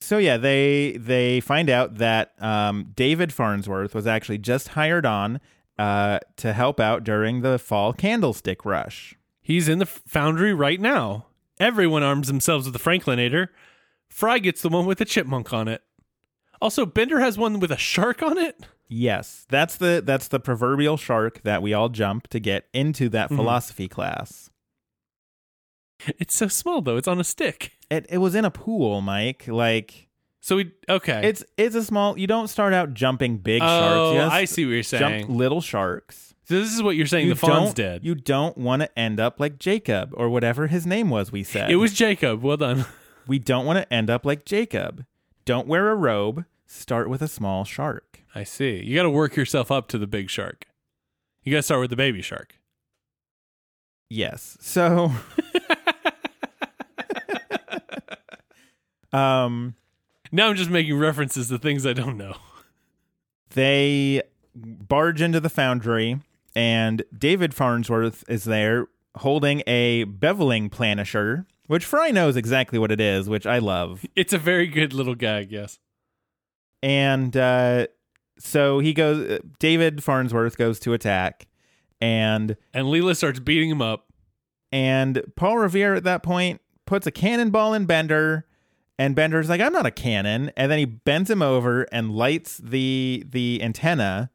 S5: So yeah, they they find out that um, David Farnsworth was actually just hired on uh, to help out during the fall candlestick rush.
S4: He's in the f- foundry right now. Everyone arms themselves with the Franklinator. Fry gets the one with the chipmunk on it. Also, Bender has one with a shark on it.
S5: Yes, that's the that's the proverbial shark that we all jump to get into that
S4: Mm-hmm.
S5: philosophy class.
S4: It's so small though. It's on a stick.
S5: It it was in a pool, Mike. Like
S4: So we okay.
S5: it's it's a small. You don't start out jumping big
S4: Oh,
S5: sharks. You just
S4: I see what you're
S5: Jump
S4: saying.
S5: little sharks.
S4: So this is what you're saying.
S5: You
S4: the fawn's
S5: don't-
S4: dead.
S5: You don't want to end up like Jacob or whatever his name was. We said
S4: it was Jacob. Well done.
S5: We don't want to end up like Jacob. Don't wear a robe. Start with a small shark.
S4: I see. You got to work yourself up to the big shark. You got to start with the baby shark.
S5: Yes. So um
S4: Now I'm just making references to things I don't know.
S5: they barge into the foundry and David Farnsworth is there holding a beveling planisher, which Fry knows exactly what it is, which I love.
S4: It's a very good little gag. Yes.
S5: And uh, so he goes David Farnsworth goes to attack and
S4: And Leela starts beating him up.
S5: and Paul Revere at that point puts a cannonball in Bender and Bender's like I'm not a cannon and then he bends him over and lights the the antenna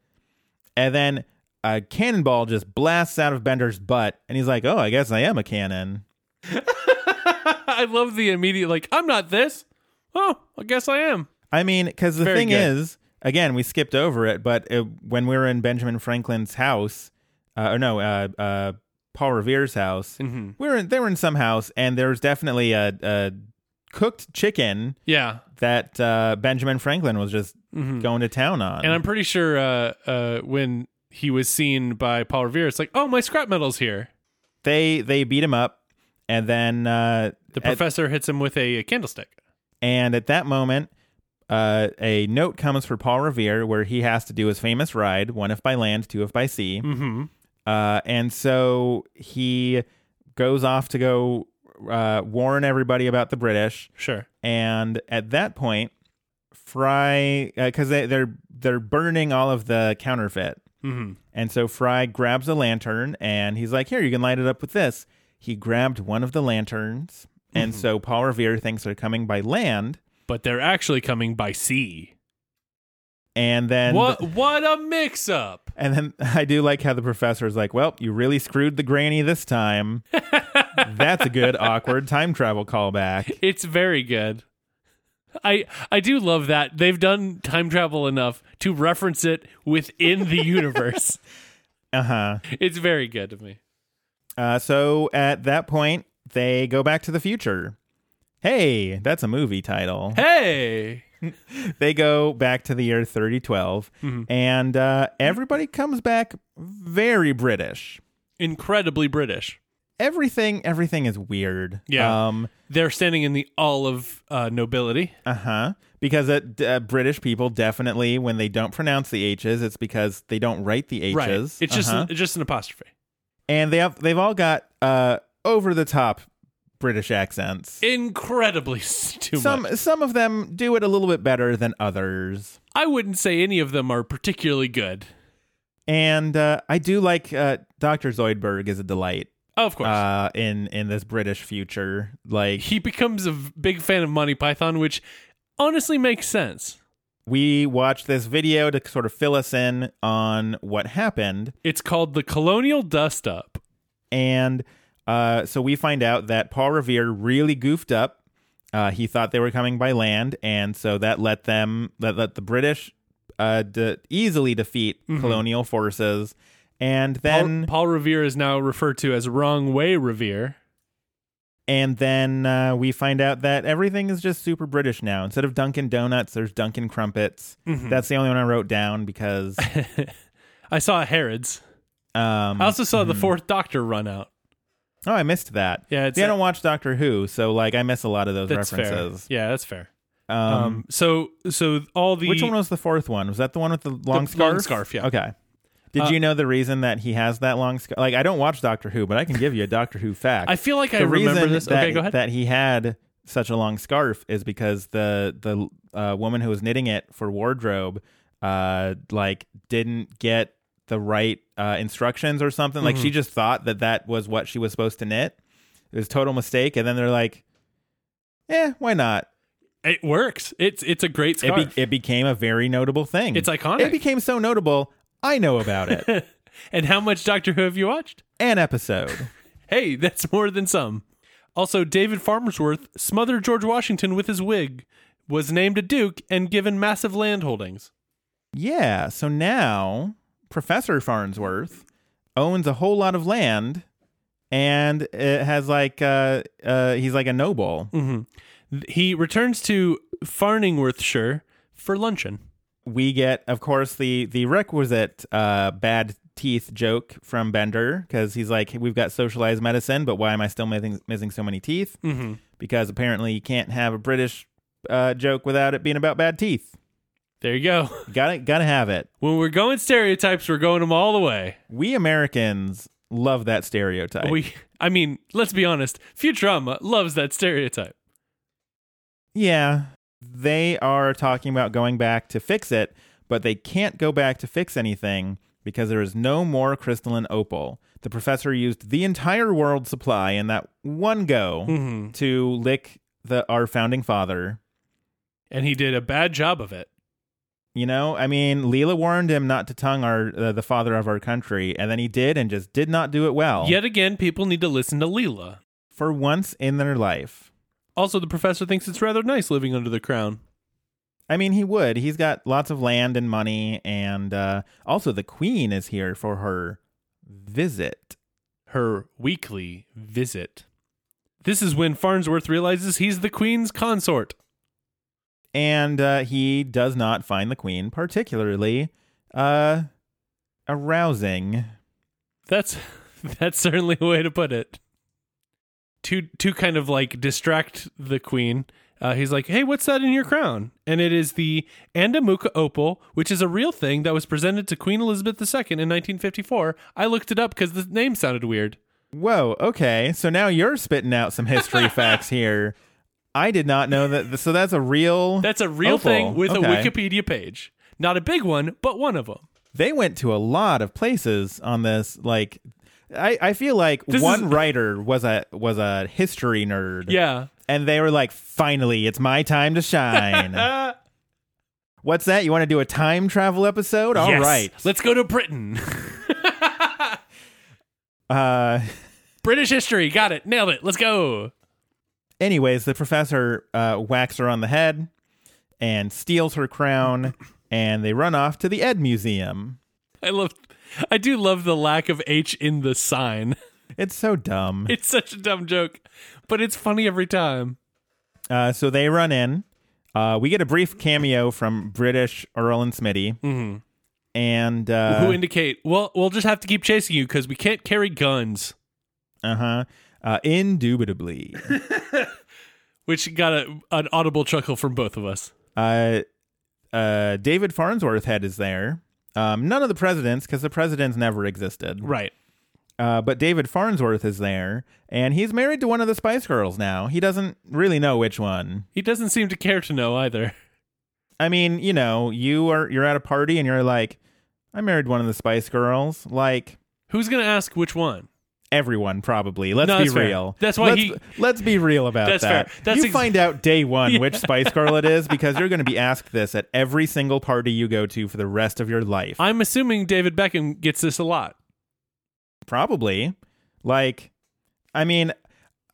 S5: and then a cannonball just blasts out of Bender's butt and he's like oh I guess I am a cannon
S4: I love the immediate like I'm not this. Oh, I guess I am.
S5: I mean, because the
S4: Very
S5: thing
S4: good.
S5: is, again, we skipped over it, but uh when we were in Benjamin Franklin's house, uh, or no, uh, uh, Paul Revere's house,
S4: Mm-hmm.
S5: we were in, they were in some house, and there was definitely a, a cooked chicken
S4: Yeah.
S5: that uh, Benjamin Franklin was just going to town on.
S4: Mm-hmm. And I'm pretty sure uh, uh, when he was seen by Paul Revere, it's like, oh, my scrap metal's here.
S5: they they beat him up, and then uh,
S4: The
S5: at-
S4: professor hits him with a, candlestick.
S5: And at that moment, uh, a note comes for Paul Revere where he has to do his famous ride one if by land, two if by sea. Mm-hmm. Uh, and so he goes off to go uh, warn everybody about the British.
S4: Sure.
S5: And at that point, Fry, because they, they're they're burning all of the counterfeit, mm-hmm. and so Fry grabs a lantern and he's like, "Here, you can light it up with this." He grabbed one of the lanterns, and so Paul Revere thinks they're coming by land,
S4: But they're actually coming by sea.
S5: and then
S4: what what a mix up.
S5: and then I do like how the professor is like, "Well, you really screwed the granny this time." That's a good awkward time travel callback.
S4: It's very good. I I do love that. They've done time travel enough to reference it within the universe.
S5: Uh huh.
S4: it's very good to me.
S5: Uh, so at that point, they go back to the future. Hey, that's a movie title.
S4: Hey.
S5: They go back to the year 3012,
S4: Mm-hmm.
S5: and uh, everybody comes back very British.
S4: Incredibly British.
S5: Everything, everything is weird.
S4: Yeah.
S5: Um.
S4: They're standing in the olive uh, nobility.
S5: Uh huh. Because it, uh, British people definitely, when they don't pronounce the H's, it's because they don't write the H's.
S4: Right. It's just
S5: Uh-huh.
S4: an, it's just an apostrophe.
S5: and they have they've all got uh over the top British accents.
S4: Incredibly s- too
S5: some
S4: much.
S5: some of them do it a little bit better than others.
S4: I wouldn't say any of them are particularly good.
S5: And uh, I do like uh, Doctor Zoidberg is a delight
S4: Of course.
S5: uh, in in this British future. Like
S4: he becomes a v- big fan of Monty Python, which honestly makes sense.
S5: we watched this video to sort of fill us in on what happened,
S4: It's called the Colonial Dust Up.
S5: and uh, so we find out that Paul Revere really goofed up. Uh, he thought they were coming by land, and so that let them that let the British uh, de- easily defeat colonial forces. And then
S4: Mm-hmm. Paul, Paul Revere is now referred to as Wrong Way Revere.
S5: And then uh, we find out that everything is just super British now. Instead of Dunkin' Donuts, there's Dunkin' Crumpets.
S4: Mm-hmm.
S5: That's the only one I wrote down because
S4: I saw Herod's.
S5: um,
S4: I also saw the Fourth Doctor run out.
S5: oh, I missed that.
S4: Yeah, it's
S5: See, I
S4: a-
S5: don't watch Doctor Who, so like I miss a lot of those
S4: That's
S5: references.
S4: fair. Yeah, that's fair.
S5: Um,
S4: Um, so so all the
S5: which one was the fourth one? Was that the one with the long
S4: long
S5: scarf?
S4: scarf, yeah. Uh,
S5: Okay. Did you know the reason that he has that long scarf? Like I don't watch Doctor Who, but I can give you a Doctor Who fact.
S4: I feel like I
S5: the
S4: remember
S5: reason
S4: this.
S5: That,
S4: okay, go ahead.
S5: That he had such a long scarf is because the the uh, woman who was knitting it for wardrobe, uh, like didn't get the right uh, instructions or something. Like she
S4: Mm-hmm.
S5: just thought that that was what she was supposed to knit. It was a total mistake, and then they're like, "Eh, why not?"
S4: it works. It's it's a great
S5: It,
S4: scarf.
S5: be- it became a very notable thing.
S4: It's iconic.
S5: It became so notable. I know about it.
S4: and how much Doctor Who have you watched?
S5: An episode.
S4: Hey, that's more than some. Also, David Farmersworth smothered George Washington with his wig, was named a duke, and given massive land holdings.
S5: Yeah. So now Professor Farnsworth owns a whole lot of land and it has like uh uh he's like a noble
S4: He returns to Farningworthshire for luncheon.
S5: we get of course the the requisite uh bad teeth joke from bender because he's like we've got socialized medicine but why am i still missing, missing so many teeth mm-hmm. because apparently you can't have a british uh joke without it being about bad teeth
S4: There you go.
S5: gotta gotta have it
S4: When we're going stereotypes, we're going them all the way.
S5: we americans love that stereotype
S4: We, I mean, let's be honest. Futurama loves that stereotype.
S5: Yeah. They are talking about going back to fix it, but they can't go back to fix anything because there is no more crystalline opal. The professor used the entire world supply in that one go
S4: Hmm.
S5: to lick the our founding father.
S4: And he did a bad job of it.
S5: You know, I mean, Leela warned him not to tongue our uh, the father of our country, and then he did, and just did not do it well.
S4: Yet again, people need to listen to Leela.
S5: for once in their life.
S4: Also, the professor thinks it's rather nice living under the crown.
S5: I mean, he would. He's got lots of land and money, and uh, also the queen is here for her visit.
S4: Her weekly visit. This is when Farnsworth realizes he's the queen's consort.
S5: and uh, he does not find the queen particularly uh, arousing.
S4: That's that's certainly a way to put it. To to kind of like distract the queen, uh, he's like, "Hey, what's that in your crown?" And it is the Andamuka opal, which is a real thing that was presented to Queen Elizabeth II in 1954. I looked it up because the name sounded weird.
S5: Whoa, okay. So now you're spitting out some history facts here. I did not know that. So that's a real.
S4: That's a real
S5: opal.
S4: thing with
S5: Okay.
S4: a Wikipedia page. Not a big one, but one of them.
S5: They went to a lot of places on this. Like, I, I feel like
S4: This
S5: one
S4: is-
S5: writer was a was a history nerd.
S4: Yeah.
S5: and they were like, "Finally, it's my time to shine." What's that? You want to do a time travel episode? All
S4: Yes.
S5: right.
S4: Let's go to Britain.
S5: Uh,
S4: British history. Got it. Nailed it. Let's go.
S5: anyways, the professor uh, whacks her on the head and steals her crown, and they run off to the Ed Museum.
S4: I love. I do love the lack of H in the sign.
S5: It's so dumb.
S4: It's such a dumb joke, but it's funny every time.
S5: Uh, so they run in. Uh, we get a brief cameo from British Earl and Smitty, and
S4: Mm-hmm. Who
S5: uh,
S4: indicate, well, we'll just have to keep chasing you because we can't carry guns.
S5: uh-huh, uh indubitably.
S4: Which got a, an audible chuckle from both of us.
S5: uh, uh, David Farnsworth head is there. Um, none of the presidents, because the presidents never existed.
S4: Right.
S5: Uh, but David Farnsworth is there, and he's married to one of the Spice Girls now. He doesn't really know which one.
S4: He doesn't seem to care to know either.
S5: I mean, you know, you are you're at a party and you're like, I married one of the Spice Girls. Like
S4: Who's going to ask which one?
S5: everyone probably. Let's
S4: No,
S5: be
S4: that's fair.
S5: real.
S4: That's why
S5: let's,
S4: he-
S5: Let's be real about
S4: That's
S5: that.
S4: fair. That's
S5: you
S4: ex-
S5: find out day one which Spice Girl it is because you're going to be asked this at every single party you go to for the rest of your life.
S4: I'm assuming David Beckham gets this a lot.
S5: Probably. Like, I mean,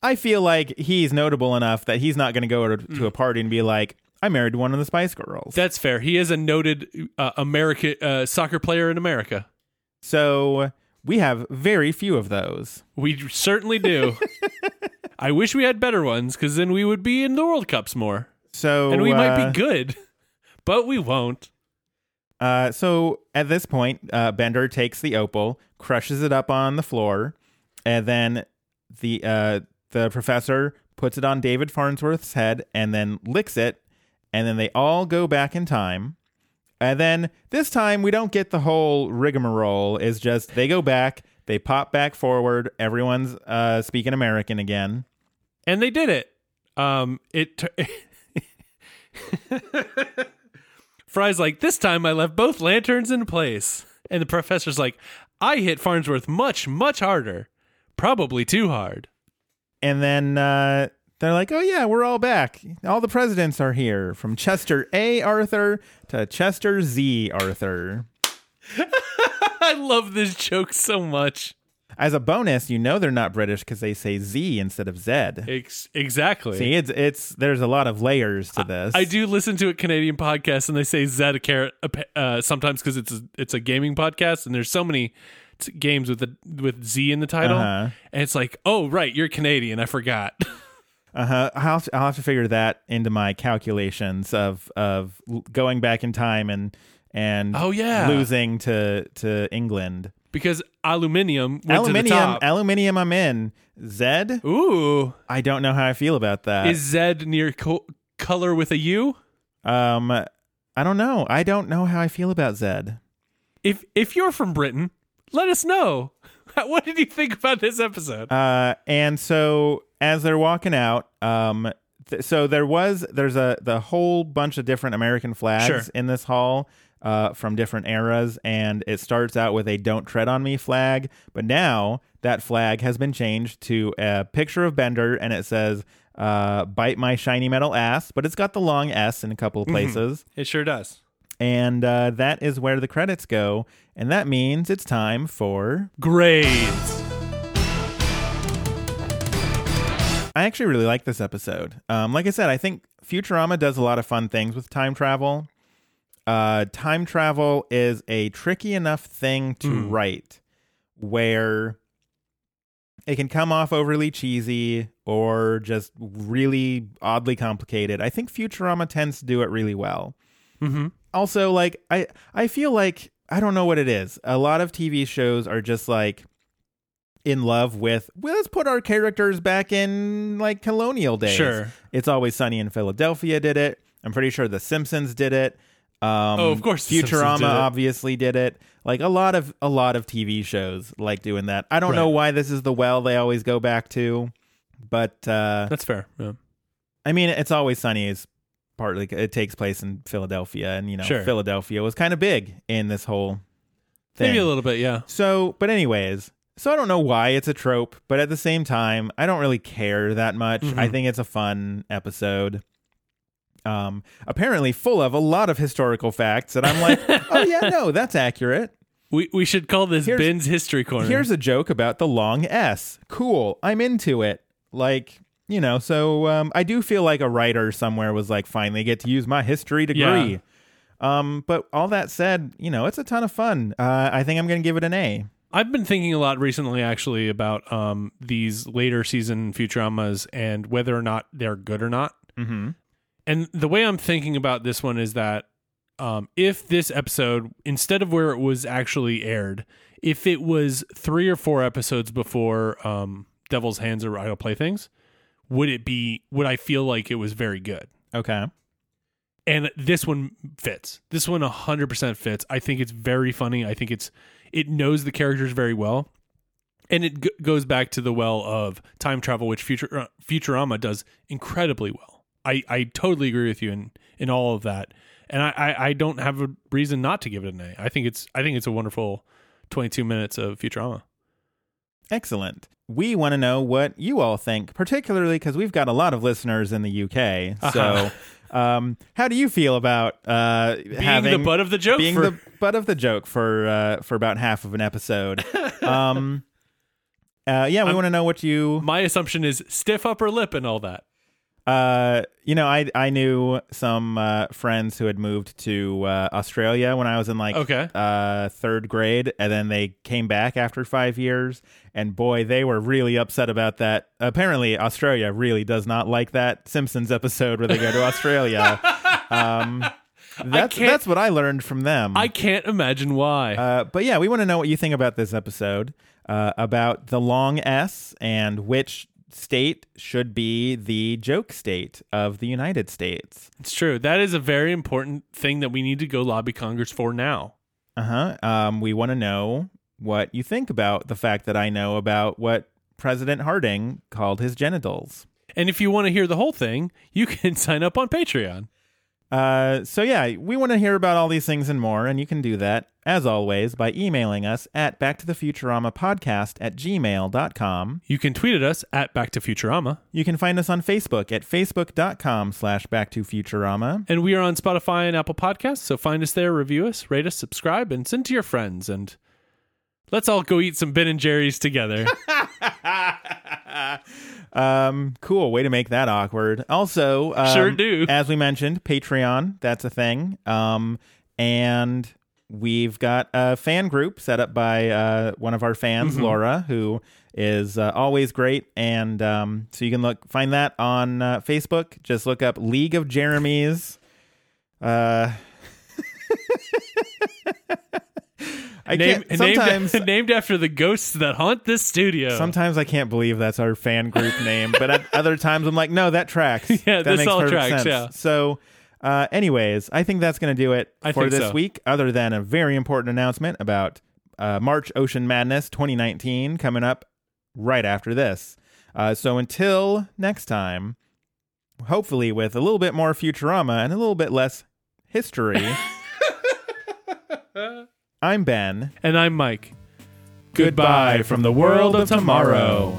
S5: I feel like he's notable enough that he's not going to go to, to
S4: Mm.
S5: a party and be like, I married one of the Spice Girls.
S4: That's fair. He is a noted uh, American uh, soccer player in America.
S5: so we have very few of those.
S4: We certainly do. I wish we had better ones because then we would be in the World Cups more.
S5: So
S4: and we might
S5: uh,
S4: be good, but we won't.
S5: Uh, so at this point, uh, Bender takes the opal, crushes it up on the floor, and then the uh, the professor puts it on David Farnsworth's head and then licks it, and then they all go back in time. And then this time we don't get the whole rigmarole. It's just they go back, they pop back forward. Everyone's uh, speaking American again.
S4: And they did it. Um, it. T- Fry's like, this time I left both lanterns in place. And the professor's like, I hit Farnsworth much, much harder. Probably too hard.
S5: And then uh, they're like, oh, yeah, we're all back. All the presidents are here from Chester A. Arthur to Chester Z. Arthur.
S4: I love this joke so much.
S5: As a bonus, you know they're not British because they say Z instead of Z.
S4: Ex- exactly.
S5: See, it's, it's there's a lot of layers to this.
S4: I do listen to a Canadian podcast, and they say Zeta Carrot uh, sometimes because it's a, it's a gaming podcast, and there's so many t- games with the with Z in the title,
S5: Uh-huh.
S4: and it's like, oh right, you're Canadian. I forgot.
S5: Uh-huh. I'll, have to- I'll have to figure that into my calculations of of l- going back in time and and
S4: Oh, yeah.
S5: losing to to England.
S4: because aluminium went to the
S5: Aluminium,
S4: top.
S5: aluminium. I'm in Z.
S4: Ooh,
S5: I don't know how I feel about that.
S4: is Z near co- color with a U?
S5: Um, I don't know. I don't know how I feel about Zed.
S4: If if you're from Britain, let us know. what did you think about this episode?
S5: Uh, and so as they're walking out, um, th- so there was there's a the whole bunch of different American flags
S4: Sure.
S5: in this hall. Uh, from different eras, and it starts out with a "Don't Tread on Me" flag, but now that flag has been changed to a picture of Bender, and it says uh, "Bite my shiny metal ass," but it's got the long S in a couple of places.
S4: it sure does.
S5: And uh, that is where the credits go. And that means it's time for
S4: Grades.
S5: I actually really like this episode. Um, like I said, I think Futurama does a lot of fun things with time travel. Uh, time travel is a tricky enough thing to write where it can come off overly cheesy or just really oddly complicated. I think Futurama tends to do it really well also like I I feel like I don't know what it is. A lot of TV shows are just like in love with well, let's put our characters back in like colonial days.
S4: Sure.
S5: It's always sunny in Philadelphia did it. I'm pretty sure The Simpsons did it. Um,
S4: Oh, of course The Simpsons
S5: Futurama
S4: did it.
S5: obviously did it. Like a lot of a lot of TV shows like doing that. I don't know why this is the well they always go back to, but uh,
S4: That's fair. Yeah.
S5: I mean, it's always sunny is partly it takes place in Philadelphia, and you know,
S4: Sure.
S5: Philadelphia was kind of big in this whole thing.
S4: Maybe a little bit, yeah.
S5: So, but anyways, so I don't know why it's a trope, but at the same time, I don't really care that much. I think it's a fun episode. Um, apparently full of a lot of historical facts that I'm like, oh yeah, no, that's accurate.
S4: We we should call this
S5: Here's-
S4: Ben's History Corner.
S5: Here's a joke about the long S. Cool. I'm into it. Like, you know, so um, I do feel like a writer somewhere was like, finally get to use my history degree. Um, but all that said, you know, it's a ton of fun. Uh, I think I'm going to give it an A.
S4: I've been thinking a lot recently, actually, about um, these later season Futuramas and whether or not they're good or not.
S5: Mm-hmm.
S4: And the way I'm thinking about this one is that um, if this episode, instead of where it was actually aired, if it was three or four episodes before um, Devil's Hands or Idle Playthings, would it be? Would I feel like it was very good?
S5: Okay.
S4: and this one fits. This one 100% fits. I think it's very funny. I think it's it knows the characters very well. And it g- goes back to the well of time travel which Futur- uh, Futurama does incredibly well. I, I totally agree with you in in all of that. And I, I, I don't have a reason not to give it an A. I think it's I think it's a wonderful 22 minutes of Futurama.
S5: Excellent. We want to know what you all think, particularly because we've got a lot of listeners in the UK.
S4: Uh-huh.
S5: So, um, how do you feel about uh,
S4: Being
S5: having
S4: the butt of the joke
S5: being
S4: for
S5: the butt of the joke for uh, for about half of an episode? um, uh, yeah, we want to know what you
S4: my assumption is stiff upper lip and all that.
S5: uh, you know, I I knew some uh, friends who had moved to uh, Australia when I was in like
S4: Okay.
S5: uh, third grade, and then they came back after five years, and boy, they were really upset about that. Apparently, Australia really does not like that Simpsons episode where they go to Australia. um, that's
S4: can't-
S5: that's what I learned from them.
S4: I can't imagine why.
S5: Uh, but yeah, we want to know what you think about this episode, uh, about the long S and which state should be the joke state of the United States.
S4: It's true. That is a very important thing that we need to go lobby Congress for now.
S5: Uh huh. Um, we want to know what you think about the fact that I know about what President Harding called his genitals.
S4: And if you want to hear the whole thing, you can sign up on Patreon.
S5: Uh, so yeah, we want to hear about all these things and more, and you can do that, as always, by emailing us at back to the Futurama podcast at gmail.com.
S4: You can tweet at us at Back to Futurama,
S5: You can find us on Facebook at facebook.com slash back to Futurama.
S4: and we are on Spotify and Apple Podcasts. So find us there, review us, rate us, subscribe, and send to your friends. And let's all go eat some Ben and Jerry's together.
S5: Um, cool way to make that awkward. Also, um,
S4: Sure do.
S5: As we mentioned, Patreon, that's a thing. Um, and we've got a fan group set up by uh, one of our fans,
S4: Mm-hmm.
S5: Laura, who is uh, always great. And um, so you can look find that on uh, Facebook. Just look up League of Jeremy's. Uh, I
S4: Name-
S5: can't,
S4: named,
S5: sometimes
S4: named after the ghosts that haunt this studio.
S5: Sometimes I can't believe that's our fan group name, but at other times I'm like, no, that tracks.
S4: Yeah,
S5: that
S4: this
S5: makes
S4: all
S5: perfect
S4: tracks,
S5: sense.
S4: yeah.
S5: So, uh, anyways, I think that's going to do it
S4: I
S5: for
S4: think
S5: this
S4: so.
S5: week, other than a very important announcement about uh, March Ocean Madness 2019 coming up right after this. Uh, so, until next time, hopefully with a little bit more Futurama and a little bit less history. I'm Ben.
S4: and I'm Mike.
S5: Goodbye from the world of tomorrow.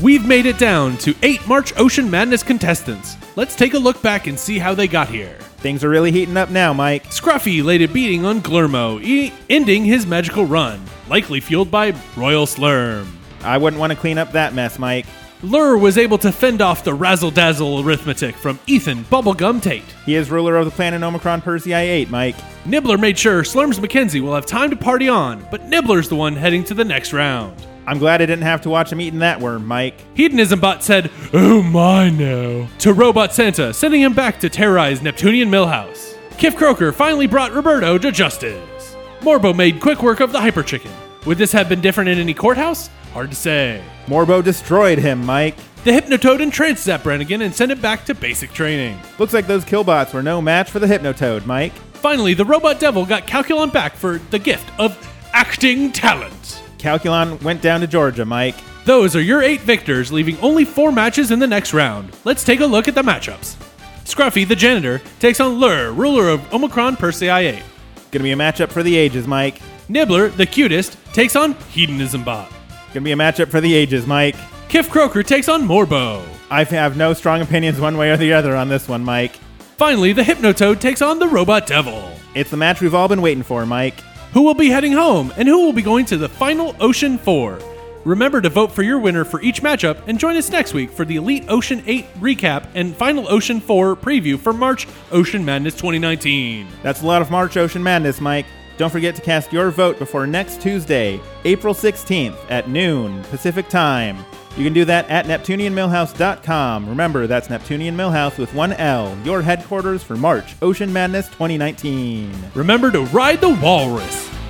S4: We've made it down to eight March Ocean Madness contestants. Let's take a look back and see how they got here.
S5: Things are really heating up now, Mike.
S4: Scruffy laid a beating on Glurmo, e- ending his magical run, likely fueled by Royal Slurm.
S5: I wouldn't want to clean up that mess, Mike.
S4: Lur was able to fend off the razzle dazzle arithmetic from Ethan Bubblegum Tate.
S5: He is ruler of the planet Omicron Persei 8, Mike.
S4: Nibbler made sure Slurms McKenzie will have time to party on, but Nibbler's the one heading to the next round.
S5: I'm glad I didn't have to watch him eating that worm, Mike.
S4: Hedonism Bot said, Oh my no, to Robot Santa, sending him back to terrorize Neptunian Millhouse. Kif Croker finally brought Roberto to justice. Morbo made quick work of the Hyper Chicken. Would this have been different in any courthouse? Hard to say.
S5: Morbo destroyed him, Mike.
S4: The Hypnotoad entranced Zap Brannigan and sent it back to basic training.
S5: Looks like those killbots were no match for the Hypnotoad, Mike.
S4: Finally, the Robot Devil got Calculon back for the gift of acting talent.
S5: Calculon went down to Georgia, Mike.
S4: Those are your eight victors, leaving only four matches in the next round. Let's take a look at the matchups. Scruffy, the janitor, takes on Lur, ruler of Omicron Persei 8.
S5: Gonna be a matchup for the ages, Mike.
S4: Nibbler, the cutest, takes on Hedonism Bot.
S5: Gonna be a matchup for the ages, Mike.
S4: Kif Croker takes on Morbo.
S5: I have no strong opinions one way or the other on this one, Mike.
S4: Finally, the Hypnotoad takes on the Robot Devil.
S5: It's the match we've all been waiting for, Mike.
S4: Who will be heading home, and who will be going to the final Ocean 4? Remember to vote for your winner for each matchup and join us next week for the Elite Ocean 8 recap and Final Ocean 4 preview for March Ocean Madness 2019.
S5: That's a lot of March Ocean Madness, Mike. Don't forget to cast your vote before next Tuesday, April 16th at noon Pacific time. You can do that at NeptunianMillhouse.com. Remember, that's Neptunian Millhouse with one L, your headquarters for March Ocean Madness 2019.
S4: Remember to ride the walrus.